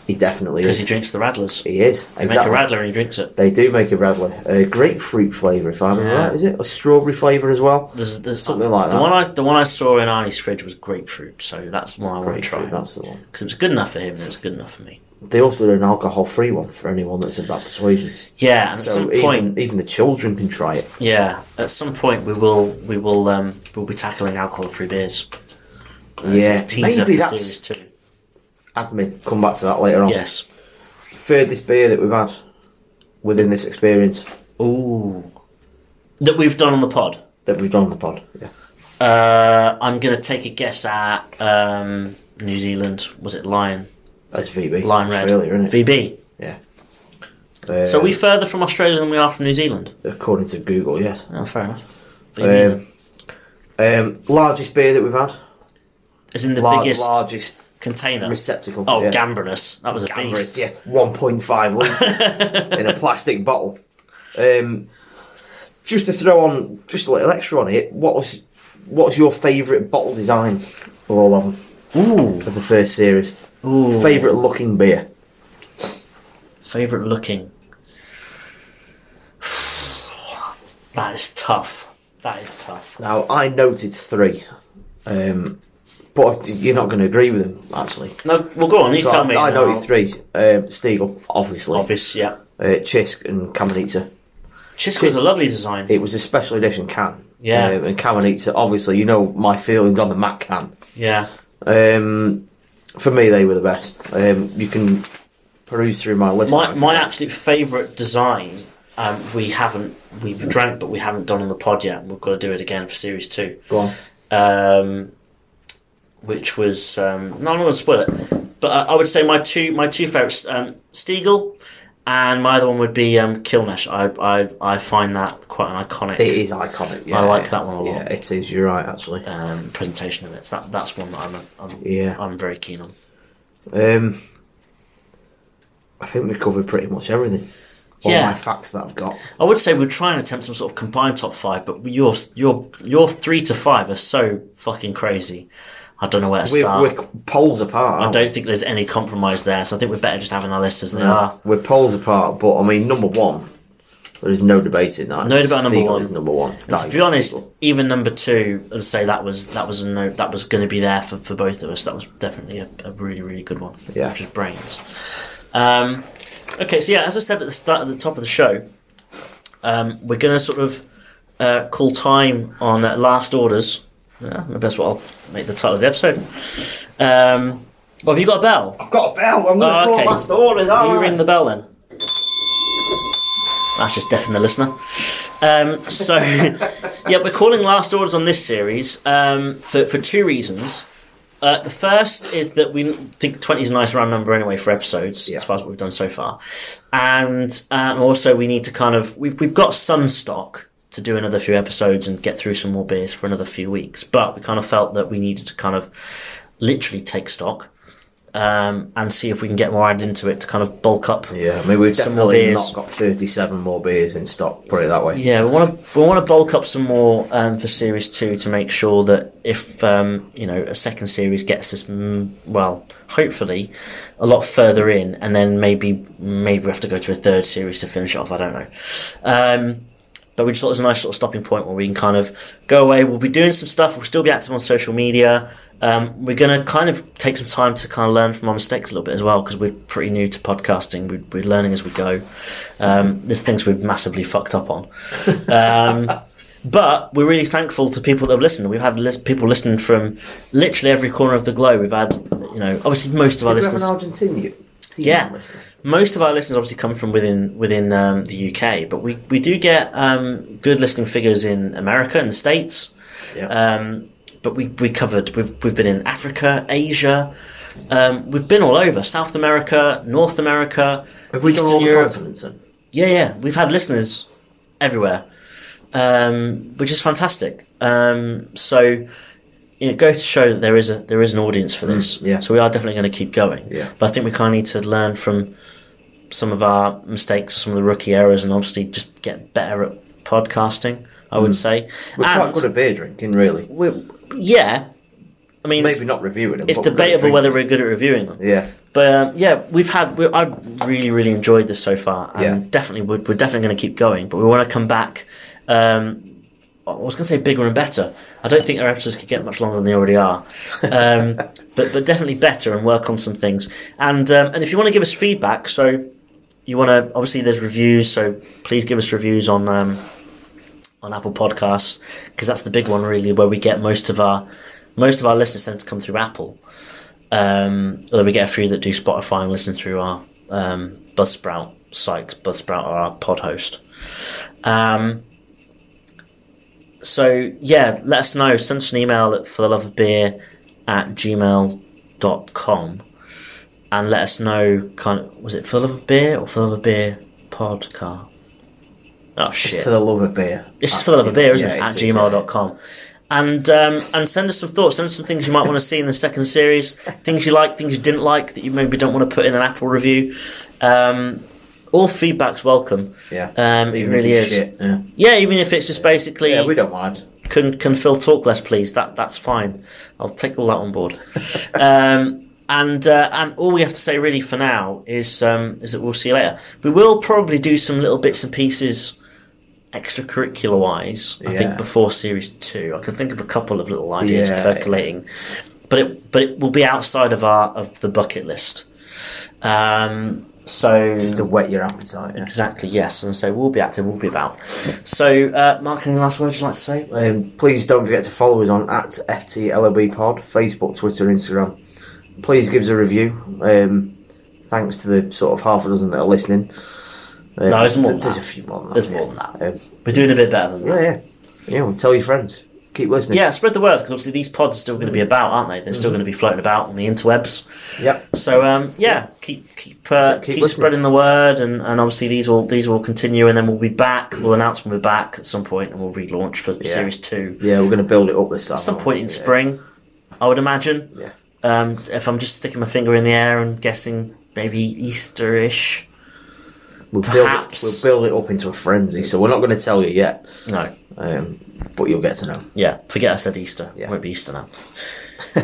Speaker 4: He definitely
Speaker 3: because he
Speaker 4: is.
Speaker 3: drinks the Radlers. They
Speaker 4: He is.
Speaker 3: make a Radler and he drinks it.
Speaker 4: They do make a Radler. A grapefruit flavour, if I remember
Speaker 3: Yeah.
Speaker 4: right, is it? A strawberry flavour as well?
Speaker 3: There's, there's
Speaker 4: Something like
Speaker 3: The
Speaker 4: that.
Speaker 3: one I the one I saw in Arnie's fridge was grapefruit, so that's the one I want to try.
Speaker 4: Grapefruit, that's the one.
Speaker 3: because it was good enough for him and it was good enough for me.
Speaker 4: They also do an alcohol free one for anyone that's of that persuasion.
Speaker 3: Yeah, and at
Speaker 4: So
Speaker 3: some
Speaker 4: even,
Speaker 3: point,
Speaker 4: even the children can try it.
Speaker 3: yeah, at some point we will we will um we'll be tackling alcohol-free beers.
Speaker 4: yeah.
Speaker 3: teaser
Speaker 4: Maybe
Speaker 3: for
Speaker 4: that's
Speaker 3: series two.
Speaker 4: admin. Come back to that later on.
Speaker 3: Yes.
Speaker 4: Furthest beer that we've had within this experience
Speaker 3: Ooh, that we've done on the pod.
Speaker 4: that we've done on the pod. Yeah.
Speaker 3: Uh, I'm gonna take a guess at um New Zealand. Was it Lion?
Speaker 4: That's VB.
Speaker 3: Lion Red.
Speaker 4: Australia, isn't it?
Speaker 3: VB.
Speaker 4: Yeah. Uh,
Speaker 3: So we're further from Australia than we are from New Zealand.
Speaker 4: according to Google, yes.
Speaker 3: Oh, fair enough. VB.
Speaker 4: Um, um, largest beer that we've had.
Speaker 3: As in the
Speaker 4: Lar-
Speaker 3: biggest
Speaker 4: largest
Speaker 3: container.
Speaker 4: receptacle.
Speaker 3: Oh,
Speaker 4: yeah.
Speaker 3: Gambrinus. That was a
Speaker 4: Average,
Speaker 3: beast.
Speaker 4: yeah, one point five litres in a plastic bottle. Um, just to throw on just a little extra on it, what was what's your favourite bottle design of all of them
Speaker 3: Ooh.
Speaker 4: of the first series?
Speaker 3: Ooh.
Speaker 4: Favourite looking beer?
Speaker 3: Favourite looking. That is tough. That is tough.
Speaker 4: Now I noted three, um, but you're not going to agree with them actually.
Speaker 3: No, well, go on. You
Speaker 4: So
Speaker 3: tell
Speaker 4: I,
Speaker 3: me.
Speaker 4: I
Speaker 3: and I'll-
Speaker 4: noted three: um, Stiegel, obviously,
Speaker 3: Obvious, yeah.
Speaker 4: Uh, Chisk, and Kamenitsa.
Speaker 3: Chisk was a lovely design.
Speaker 4: It was a special edition can.
Speaker 3: Yeah.
Speaker 4: um, and Kamenitsa. Obviously, you know my feelings on the Mac can.
Speaker 3: yeah.
Speaker 4: Um, for me, they were the best. Um, you can peruse through my list.
Speaker 3: My, my absolute favourite design. Um, we haven't we've drank, but we haven't done on the pod yet. We've got to do it again for series two.
Speaker 4: Go on.
Speaker 3: um, which was um, no, I'm not going to spoil it, but I, I would say my two my two favorites, um, Stiegel, and my other one would be um, Kilnash. I, I I find that quite an iconic
Speaker 4: It is iconic. Yeah,
Speaker 3: like that one a lot.
Speaker 4: Yeah, it is. You're right, actually.
Speaker 3: um, presentation of it. So that, that's one that I'm I'm,
Speaker 4: Yeah.
Speaker 3: I'm very keen on.
Speaker 4: Um, I think we covered pretty much everything. All
Speaker 3: Yeah.
Speaker 4: my facts that I've got.
Speaker 3: I would say we'd try and attempt some sort of combined top five, but your your your three to five are so fucking crazy. I don't know where to
Speaker 4: We're,
Speaker 3: start.
Speaker 4: we're poles apart.
Speaker 3: I
Speaker 4: aren't
Speaker 3: don't think there's any compromise there, so I think we're better just having our lists as they
Speaker 4: we?
Speaker 3: are.
Speaker 4: We're poles apart, but I mean, number one. There is no debating that.
Speaker 3: No debate on number
Speaker 4: Stiegel
Speaker 3: one.
Speaker 4: Is number one.
Speaker 3: And to be honest, even number two, as I say, that was that was a no, that was going to be there for, for both of us. That was definitely a, a really really good one.
Speaker 4: Yeah.
Speaker 3: which is brains. Um, okay, so yeah, as I said at the start at the top of the show, um, we're going to sort of uh, call time on uh, last orders. Yeah, maybe that's what I'll make the title of the episode. Um, well, have you got a bell?
Speaker 4: I've got a bell. I'm going
Speaker 3: Oh, okay.
Speaker 4: orders.
Speaker 3: Can
Speaker 4: aren't
Speaker 3: you
Speaker 4: I?
Speaker 3: ring the bell then? That's just deafened the listener. Um, so, yeah, we're calling last orders on this series um, for, for two reasons. Uh, the first is that we think 20 is a nice round number anyway for episodes,
Speaker 4: Yeah.
Speaker 3: as far as what we've done so far. And, and also, we need to kind of, we've, we've got some stock to do another few episodes and get through some more beers for another few weeks. But we kind of felt that we needed to kind of literally take stock um, and see if we can get more added into it to kind of bulk up.
Speaker 4: Yeah, I mean, we've
Speaker 3: Some
Speaker 4: definitely
Speaker 3: beers.
Speaker 4: not got 37 more beers in stock, put it that way.
Speaker 3: Yeah, we want to we want to bulk up some more um, for series two to make sure that if um, you know a second series gets us mm, well, hopefully, a lot further in, and then maybe maybe we have to go to a third series to finish it off. I don't know. Um, but we just thought it was a nice sort of stopping point where we can kind of go away. We'll be doing some stuff. We'll still be active on social media. Um, we're going to kind of take some time to kind of learn from our mistakes a little bit as well because we're pretty new to podcasting. We're, we're learning as we go. Um, there's things we've massively fucked up on. Um, but we're really thankful to people that have listened. We've had lis- people listening from literally every corner of the globe. We've had, you know, obviously most of our
Speaker 4: Do you have
Speaker 3: listeners.
Speaker 4: an Argentinian?
Speaker 3: Yeah, most of our listeners obviously come from within within um, the UK, but we we do get um, good listening figures in America and the States.
Speaker 4: Yeah.
Speaker 3: Um, but we we covered we've we've been in Africa, Asia, um, we've been all over South America, North America,
Speaker 4: Have we done
Speaker 3: Eastern
Speaker 4: all the
Speaker 3: Europe.
Speaker 4: continents then?
Speaker 3: Yeah, yeah, we've had listeners everywhere, um, which is fantastic. Um, so it goes to show that there is a there is an audience for this.
Speaker 4: Mm, yeah.
Speaker 3: So we are definitely going to keep going.
Speaker 4: Yeah.
Speaker 3: But I think we kind of need to learn from some of our mistakes or some of the rookie errors, and obviously just get better at podcasting. I would say.
Speaker 4: Mm. We're
Speaker 3: and
Speaker 4: quite good at beer drinking, really.
Speaker 3: we're- yeah. I mean,
Speaker 4: Maybe
Speaker 3: it's,
Speaker 4: not reviewing them.
Speaker 3: it's
Speaker 4: but we're good at
Speaker 3: debatable whether
Speaker 4: drinking.
Speaker 3: we're good at reviewing them.
Speaker 4: Yeah.
Speaker 3: But um, yeah, we've had. We, I really, really enjoyed this so far, and
Speaker 4: Yeah.
Speaker 3: definitely we're, we're definitely going to keep going. But we want to come back. Um, I was going to say bigger and better. I don't think our episodes could get much longer than they already are, um, but but definitely better and work on some things. And um, and if you want to give us feedback, so you want to obviously there's reviews, so please give us reviews on. Um, on Apple Podcasts because that's the big one really where we get most of our most of our listeners tend to come through Apple. Um, although we get a few that do Spotify and listen through our um, Buzzsprout site. Buzzsprout are our pod host. Um, so yeah, let us know. Send us an email at for the love of beer at gmail.com and let us know kind of was it for the love of beer or for the love of beer podcast? Oh shit.
Speaker 4: For the love of beer.
Speaker 3: It's just for the love of beer, isn't it?
Speaker 4: Yeah,
Speaker 3: At
Speaker 4: it is, yeah.
Speaker 3: gmail.com. And um, and send us some thoughts. Send us some things you might want to see in the second series. Things you like, things you didn't like that you maybe don't want to put in an Apple review. Um, all feedback's welcome.
Speaker 4: Yeah.
Speaker 3: Um, it
Speaker 4: Even if
Speaker 3: really
Speaker 4: it's
Speaker 3: is.
Speaker 4: shit, Yeah.
Speaker 3: Yeah, even if it's just basically
Speaker 4: yeah, we don't mind.
Speaker 3: can can Phil talk less, please? That that's fine. I'll take all that on board. um, and uh, and all we have to say really for now is um, is that we'll see you later. We will probably do some little bits and pieces extracurricular wise. I
Speaker 4: Yeah.
Speaker 3: think before series two, I can think of a couple of little ideas
Speaker 4: Yeah.
Speaker 3: percolating, but it but it will be outside of our of the bucket list. Um, so
Speaker 4: Just to whet your appetite. Yeah.
Speaker 3: exactly yes, and so we'll be active, we'll be about. So uh, Mark, any last words you'd like to say?
Speaker 4: Um, please don't forget to follow us on at FTLOB Pod, Facebook, Twitter, Instagram. Please give us a review. Um, thanks to the sort of half a dozen that are listening. Um,
Speaker 3: No, there's more than
Speaker 4: There's
Speaker 3: that.
Speaker 4: a few more than that.
Speaker 3: There's
Speaker 4: yeah.
Speaker 3: more than that.
Speaker 4: Um,
Speaker 3: We're doing a bit better than
Speaker 4: yeah,
Speaker 3: that.
Speaker 4: yeah. Yeah, well, tell your friends. Keep listening.
Speaker 3: Yeah, spread the word because obviously these pods are still going to be about, aren't they? They're still
Speaker 4: Mm-hmm.
Speaker 3: going to be floating about on the interwebs.
Speaker 4: Yep.
Speaker 3: So um, yeah, keep keep uh,
Speaker 4: So keep
Speaker 3: keep,
Speaker 4: listening.
Speaker 3: spreading the word, and, and obviously these will these will continue, and then we'll be back. We'll announce when we're back at some point, and we'll relaunch for series two
Speaker 4: Yeah, we're going to build it up this time.
Speaker 3: at some point in
Speaker 4: Yeah.
Speaker 3: spring, I would imagine.
Speaker 4: Yeah.
Speaker 3: Um, if I'm just sticking my finger in the air and guessing, maybe Easterish.
Speaker 4: We'll build, it,
Speaker 3: Perhaps.
Speaker 4: we'll build it up into a frenzy, so we're not going to tell you yet,
Speaker 3: No,
Speaker 4: um, but you'll get to know.
Speaker 3: Yeah, forget I said Easter.
Speaker 4: Yeah.
Speaker 3: It won't be Easter now.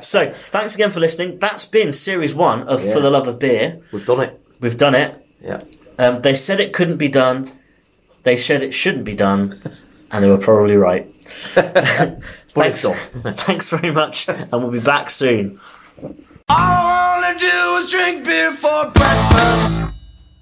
Speaker 3: so, thanks again for listening. That's been series one of
Speaker 4: Yeah.
Speaker 3: For the Love of Beer.
Speaker 4: We've done it.
Speaker 3: We've done it.
Speaker 4: Yeah.
Speaker 3: Um, they said it couldn't be done. They said it shouldn't be done. And they were probably right.
Speaker 4: But
Speaker 3: Thanks.
Speaker 4: it's done.
Speaker 3: thanks very much. And we'll be back soon.
Speaker 2: All I wanna do is drink beer for breakfast.